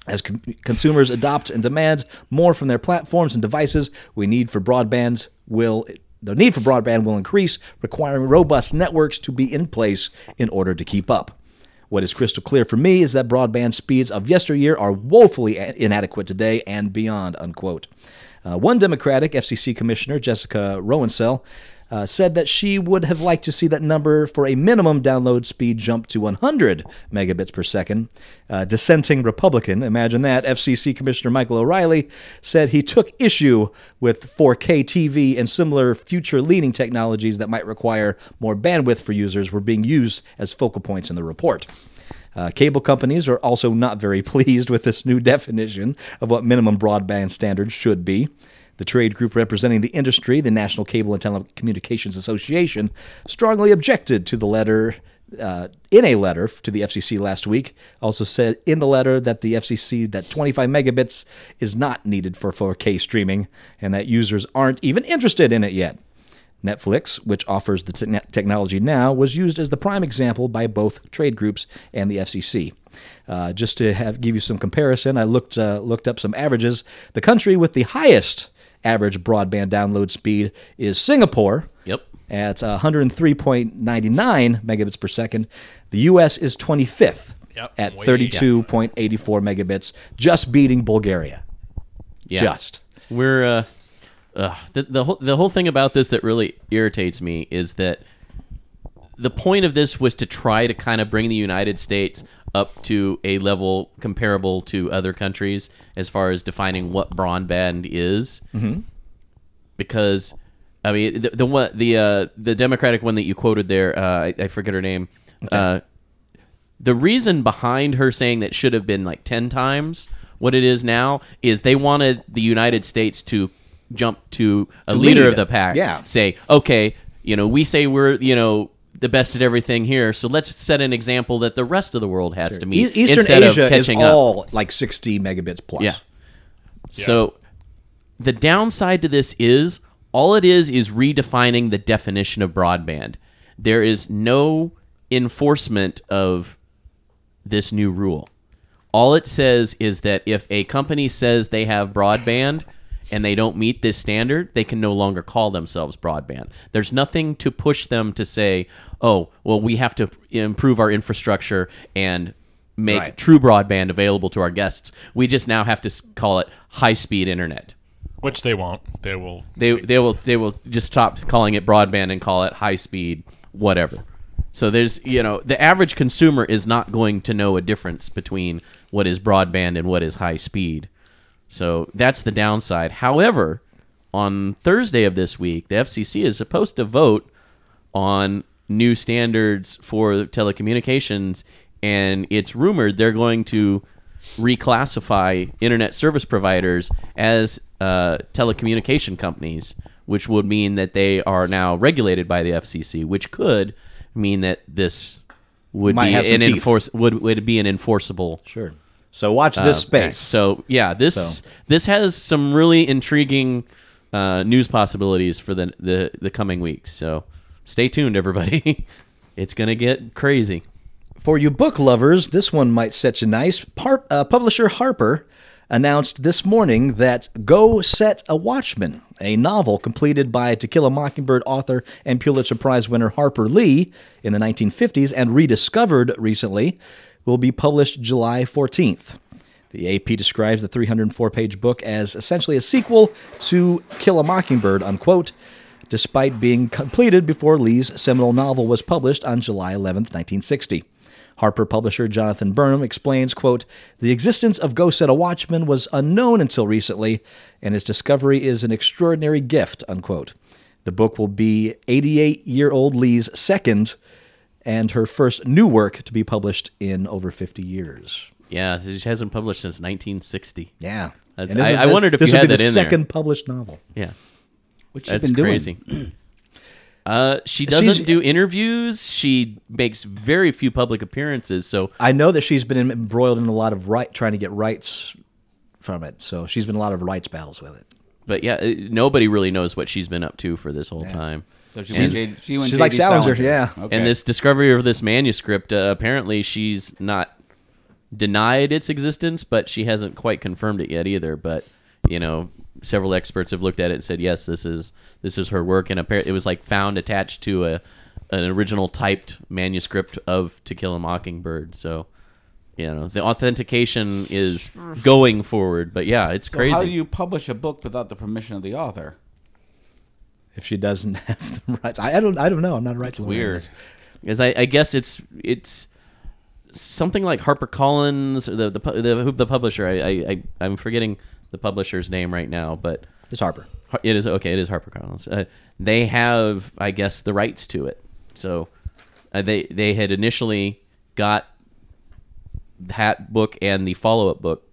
As con- consumers adopt and demand more from their platforms and devices, we need for broadband will the need for broadband will increase, requiring robust networks to be in place in order to keep up. What is crystal clear for me is that broadband speeds of yesteryear are woefully a- inadequate today and beyond. Unquote. Uh, one Democratic FCC commissioner, Jessica Rowensell, uh, said that she would have liked to see that number for a minimum download speed jump to 100 megabits per second. Uh, dissenting Republican, imagine that, FCC Commissioner Michael O'Reilly said he took issue with 4K TV and similar future leading technologies that might require more bandwidth for users were being used as focal points in the report. Uh, cable companies are also not very pleased with this new definition of what minimum broadband standards should be. The trade group representing the industry, the National Cable and Telecommunications Association, strongly objected to the letter. Uh, in a letter f- to the FCC last week, also said in the letter that the FCC that 25 megabits is not needed for 4K streaming, and that users aren't even interested in it yet. Netflix, which offers the te- technology now, was used as the prime example by both trade groups and the FCC. Uh, just to have give you some comparison, I looked uh, looked up some averages. The country with the highest average broadband download speed is Singapore.
Yep.
At 103.99 megabits per second, the U.S. is 25th
Yep,
at
way-
32.84 megabits, just beating Bulgaria.
Yeah.
Just.
We're uh, uh the the whole, the whole thing about this that really irritates me is that the point of this was to try to kind of bring the United States up to a level comparable to other countries as far as defining what broadband is. Mm-hmm. Because I mean the the one the uh, the Democratic one that you quoted there uh, I, I forget her name. Uh, the reason behind her saying that should have been like 10 times what it is now is they wanted the United States to jump to a leader
lead.
of the pack.
Yeah.
Say, okay, you know, we say we're, you know, the best at everything here, so let's set an example that the rest of the world has to
E-
meet.
Eastern
instead of
Asia is
catching up.
all like 60 megabits plus.
Yeah. So the downside to this is all it is is redefining the definition of broadband. There is no enforcement of this new rule. All it says is that if a company says they have broadband and they don't meet this standard, they can no longer call themselves broadband. There's nothing to push them to say, "Oh, well we have to improve our infrastructure and make
Right.
true broadband available to our guests. We just now have to s- call it high-speed internet."
which they won't. They will.
They they will they will just stop calling it broadband and call it high speed whatever. So there's you know the average consumer is not going to know a difference between what is broadband and what is high speed. So that's the downside. However, on Thursday of this week, the FCC is supposed to vote on new standards for telecommunications, and it's rumored they're going to reclassify internet service providers as uh, telecommunication companies, which would mean that they are now regulated by the FCC, which could mean that this would
Might
be
have some
an
teeth.
enforce would would be an enforceable
Sure. So watch this space.
so yeah, this
So-
this has some really intriguing uh, news possibilities for the, the the coming weeks. So stay tuned, everybody. it's gonna get crazy.
For you book lovers, this one might set you nice. Par- uh, publisher Harper announced this morning that Go Set a Watchman, a novel completed by To Kill a Mockingbird author and Pulitzer Prize winner Harper Lee in the 1950s and rediscovered recently, will be published July 14th. The AP describes the 304 page book as essentially a sequel to Kill a Mockingbird, unquote, despite being completed before Lee's seminal novel was published on July 11, 1960. Harper publisher Jonathan Burnham explains, quote, The existence of Go Set a Watchman was unknown until recently, and his discovery is an extraordinary gift, unquote. The book will be 88 year old Lee's second and her first new work to be published in over 50 years.
Yeah, she hasn't published since 1960.
Yeah.
That's-
And this
I-
is
I wondered if
this
you
would
had
be
that
the
in there.
second published novel.
Yeah,
What you
that's
been doing?
crazy. Uh, she doesn't
She's-
do interviews. She makes very few public appearances. So
I know that she's been embroiled in a lot of right trying to get rights from it. So she's been in a lot of rights battles with it.
but yeah, uh, nobody really knows what she's been up to for this whole time.
So she
And-
went, J- she went
she's like
JD
Salinger, yeah.
Okay.
And this discovery of this manuscript, uh, apparently she's not denied its existence, but she hasn't quite confirmed it yet either. But you know, several experts have looked at it and said, yes, this is this is her work, and apparently it was like found attached to a an original typed manuscript of To Kill a Mockingbird. So you know, the authentication is going forward, but yeah, it's
So
crazy.
How do you publish a book without the permission of the author?
If she doesn't have the rights, I, I don't. I don't know. I'm not a rights lawyer.
Weird.
Because I, I guess it's it's something like HarperCollins, the the pu- the, who- the publisher. I, I I I'm forgetting the publisher's name right now, but
It's Harper.
Har- it is okay. It is HarperCollins. Uh, they have, I guess, the rights to it. So uh, they they had initially got that book and the follow up book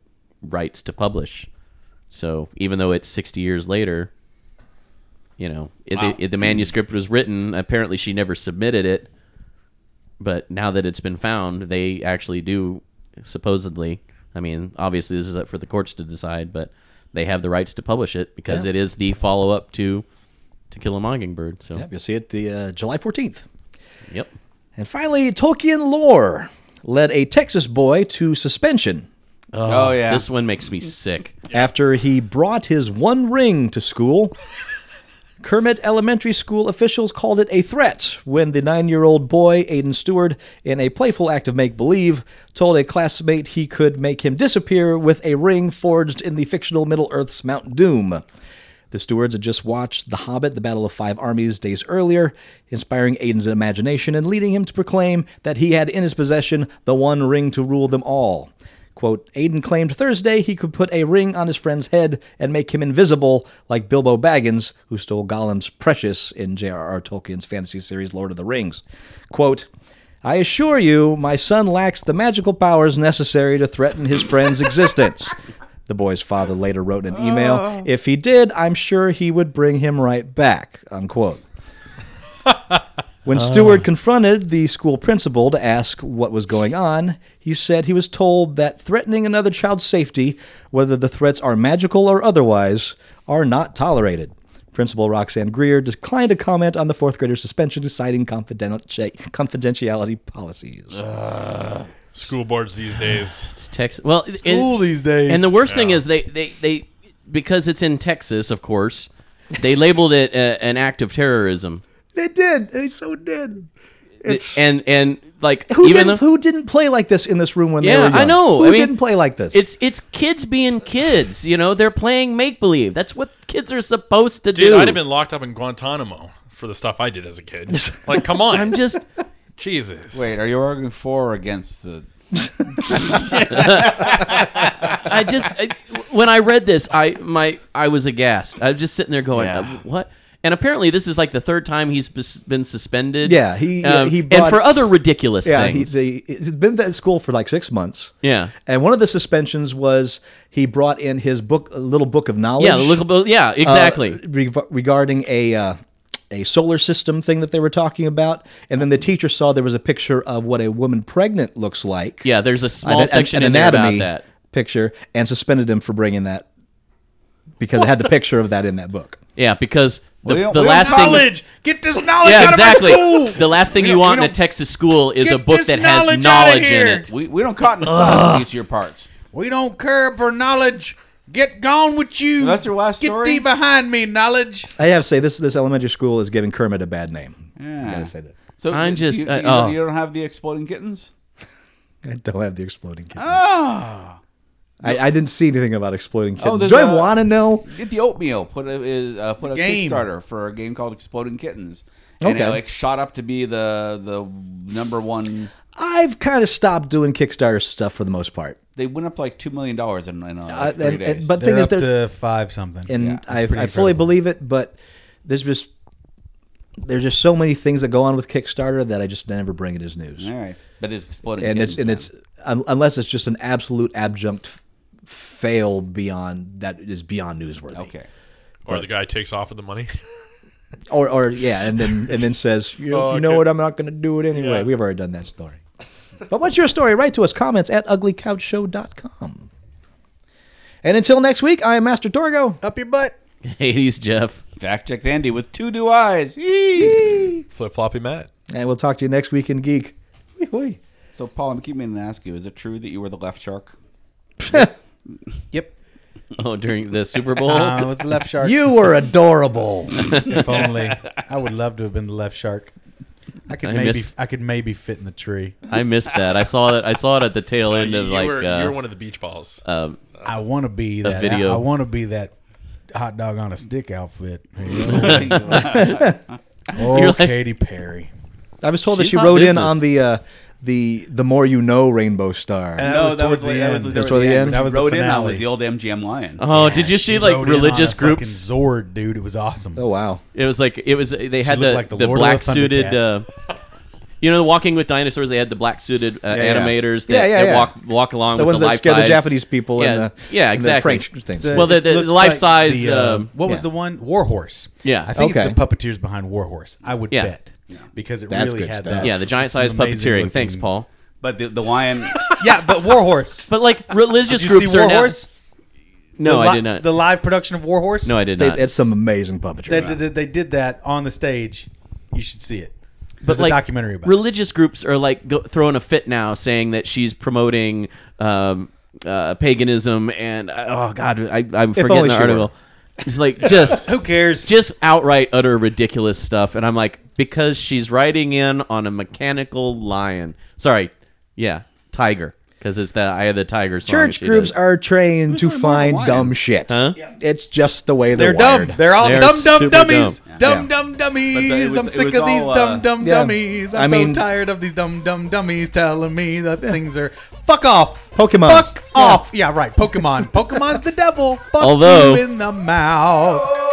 rights to publish. So even though it's sixty years later, you know, it, the, it, the manuscript was written. Apparently, she never submitted it. But now that it's been found, they actually do supposedly. I mean, obviously, this is up for the courts to decide, but they have the rights to publish it because it is the follow up to To Kill a Mockingbird. So,
Yep, you'll see it the uh, July 14th.
yep.
And finally, Tolkien lore led a Texas boy to suspension
Oh, yeah.
This one makes me sick.
after he brought his one ring to school Kermit Elementary School officials called it a threat when the nine year old boy, Aiden Stewart, in a playful act of make believe, told a classmate he could make him disappear with a ring forged in the fictional Middle Earth's Mount Doom. The stewards had just watched The Hobbit, The Battle of Five Armies, days earlier, inspiring Aiden's imagination and leading him to proclaim that he had in his possession the one ring to rule them all. Quote, Aiden claimed Thursday he could put a ring on his friend's head and make him invisible, like Bilbo Baggins, who stole Gollum's precious in J.R.R. Tolkien's fantasy series Lord of the Rings. Quote, I assure you, my son lacks the magical powers necessary to threaten his friend's existence. The boy's father later wrote in an email, "If he did, I'm sure he would bring him right back." Unquote.
Ah.
When Stewart confronted the school principal to ask what was going on, he said he was told that threatening another child's safety, whether the threats are magical or otherwise, are not tolerated. Principal Roxanne Greer declined to comment on the fourth grader's suspension, citing confidenti- confidentiality policies.
School boards these days.
It's Texas. Well, it- it-
School these days.
And the worst thing is they, they, they because it's in Texas, of course, they labeled it a, an act of terrorism.
They did. They so did. It's,
and and like
who
even
didn't,
though
who didn't play like this in this room when they
Yeah,
were young?
I know.
Who
I mean,
didn't play like this?
it's it's kids being kids, you know, they're playing make believe. That's what kids are supposed to
Dude,
do.
I'd have been locked up in Guantanamo for the stuff I did as a kid. Like, come on.
I'm just
Jesus.
Wait, are you arguing for or against the?
I just I, when I read this, I my I was aghast. I was just sitting there going,
Yeah.
uh, "What?" And apparently, this is like the third time he's bes- been suspended. Um,
Yeah, he- yeah, he
and
bought-
for other ridiculous
yeah,
things.
he's a, he's been at school for like six months.
yeah,
And one of the suspensions was he brought in his book, a little book of knowledge.
yeah, look, about- yeah,
uh,
exactly.
reg- regarding a uh, a solar system thing that they were talking about, and then the teacher saw there was a picture of what a woman pregnant looks like.
yeah, there's a
an-
small
an-
section
an
in there about that.
picture, and suspended him for bringing that because it had the picture of that in that book.
Yeah, because the,
We don't-
the
we don't
last thing.
Knowledge. Get this knowledge
Yeah,
out
exactly.
of my school.
The last thing
We
you
don't-
want in
we
a
don't-
Texas school is
Get
a book
this
that has
knowledge
knowledge,
outta
in
here.
it.
We we don't cotton socks each your parts.
We don't curb for knowledge. Get gone with you.
That's your last
Get
story?
thee behind me, knowledge.
I have to say this this elementary school is giving Kermit a bad name. I
Yeah.
gotta say that.
So
I'm
you-
just-
you,
uh,
I-
you don't-
oh.
you don't have the exploding kittens.
I don't have the exploding kittens.
Ah,
I, I didn't see anything about exploding
Oh,
kittens.
there's
Do I
a-
want to know?
get the oatmeal. Put a is, uh, put a
Game.
Kickstarter for a game called Exploding Kittens. And
Okay.
it, like shot up to be the the number one.
I've kind of stopped doing Kickstarter stuff for the most part.
They went up to like two million dollars in, in uh,
Uh,
three
and,
days.
and, but the
They're
thing is,
up
they're,
to five something.
and
Yeah, it's
pretty
I, I fully
incredible.
believe it, but there's just there's just so many things that go on with Kickstarter that I just never bring it as news.
all right, but it's exploding.
and it's
kittens,
and it's
man.
un, unless it's just an absolute abjunct f- fail beyond that is beyond newsworthy.
okay.
Or the guy takes off with the money.
Or or yeah, and then and then says, you know,
Oh,
you know
okay.
what, I'm not going to do it anyway.
Yeah.
We've already done that story. but what's your story? Write to us comments at uglycouchshow.com. And until next week, I am Master Dorgo.
Up your butt.
Hades, Jeff.
Fact checked Andy with two new eyes. Yee.
Flip floppy Matt.
And we'll talk to you next week in Geek. Hoi, hoi.
so Paul, I'm keep meaning to ask you: Is it true that you were the left shark?
Yep.
Oh, during the Super Bowl.
Uh,
Um,
it was the left shark.
You were adorable.
if only. I would love to have been the left shark. I could
I
maybe
miss-
I could maybe fit in the tree.
I missed that. I saw it. I saw it at the tail
Uh,
end
you,
of
you
like.
were,
uh,
you were one of the beach balls.
um,
I want to be that.
video.
I, want to be that hot dog on a stick outfit.
You're
oh,
like-
Katy Perry.
I was told
She's
that
hot
she wrote in
business.
on the uh, the the more you know rainbow star.
That was towards the
that
end.
was
That
was toward the end?
When
That
she
was the
rode in. on
finale. Uh-huh.
was the old MGM lion.
oh, did you
She
see like
rode in on
religious
a fucking
groups?
Zord, dude. It was awesome.
oh wow.
It was like it was. They had
looked
the
like the
the,
Lord of
black
the
suited. Uh,
Thundercats.
you know, the Walking with Dinosaurs. They had the black suited uh,
yeah.
animators that,
Yeah, yeah,
that
yeah.
walk walk along
The
with
ones
the
that
life
scare the
size.
Japanese people
Yeah,
and the and
yeah,
the
exactly.
prank things.
So
Well, the-
it
the- the
looks
life size,
the, uh,
um,
what was
yeah.
the one? Warhorse.
Yeah.
I think
Okay.
it's the puppeteers behind Warhorse. I would
Yeah.
bet because it
That's
really
good
had
stuff.
that.
Yeah, the giant
some
size
amazing
puppeteering.
looking-
Thanks, Paul.
But the, the lion.
Yeah, but Warhorse.
But like religious
Did you
groups
see
are now-
Warhorse?
No,
the
I
li-
did not.
The live production of Warhorse.
no, I did
They,
not.
that's some amazing puppetry.
They, they, they did that on the stage. You should see it.
but
There's
like
a documentary about it.
religious groups are like go, throwing a fit now, saying that she's promoting um, uh, paganism and uh, oh god, I, I'm forgetting
only
the
she were.
article. It's like just
Who cares?
just outright utter ridiculous stuff and i'm like because she's riding in on a mechanical lion sorry yeah tiger because it's the eye of the tiger song
Church
she
groups
does.
are trained to find dumb shit.
Huh?
It's just the way they're,
They're dumb.
wired.
They're all
They're
dumb, dumb
super
dummies.
dumb.
Dumb,
Yeah.
dumb dummies.
But it was-
I'm
it
sick
was
of these
all, uh,
dumb, dumb
yeah.
dummies. I'm
I mean-
so tired of these dumb, dumb dummies telling me that things are fuck off.
Pokemon.
Fuck off. Yeah, right. Pokemon. Pokemon's the devil. Fuck
Although-
you in the mouth.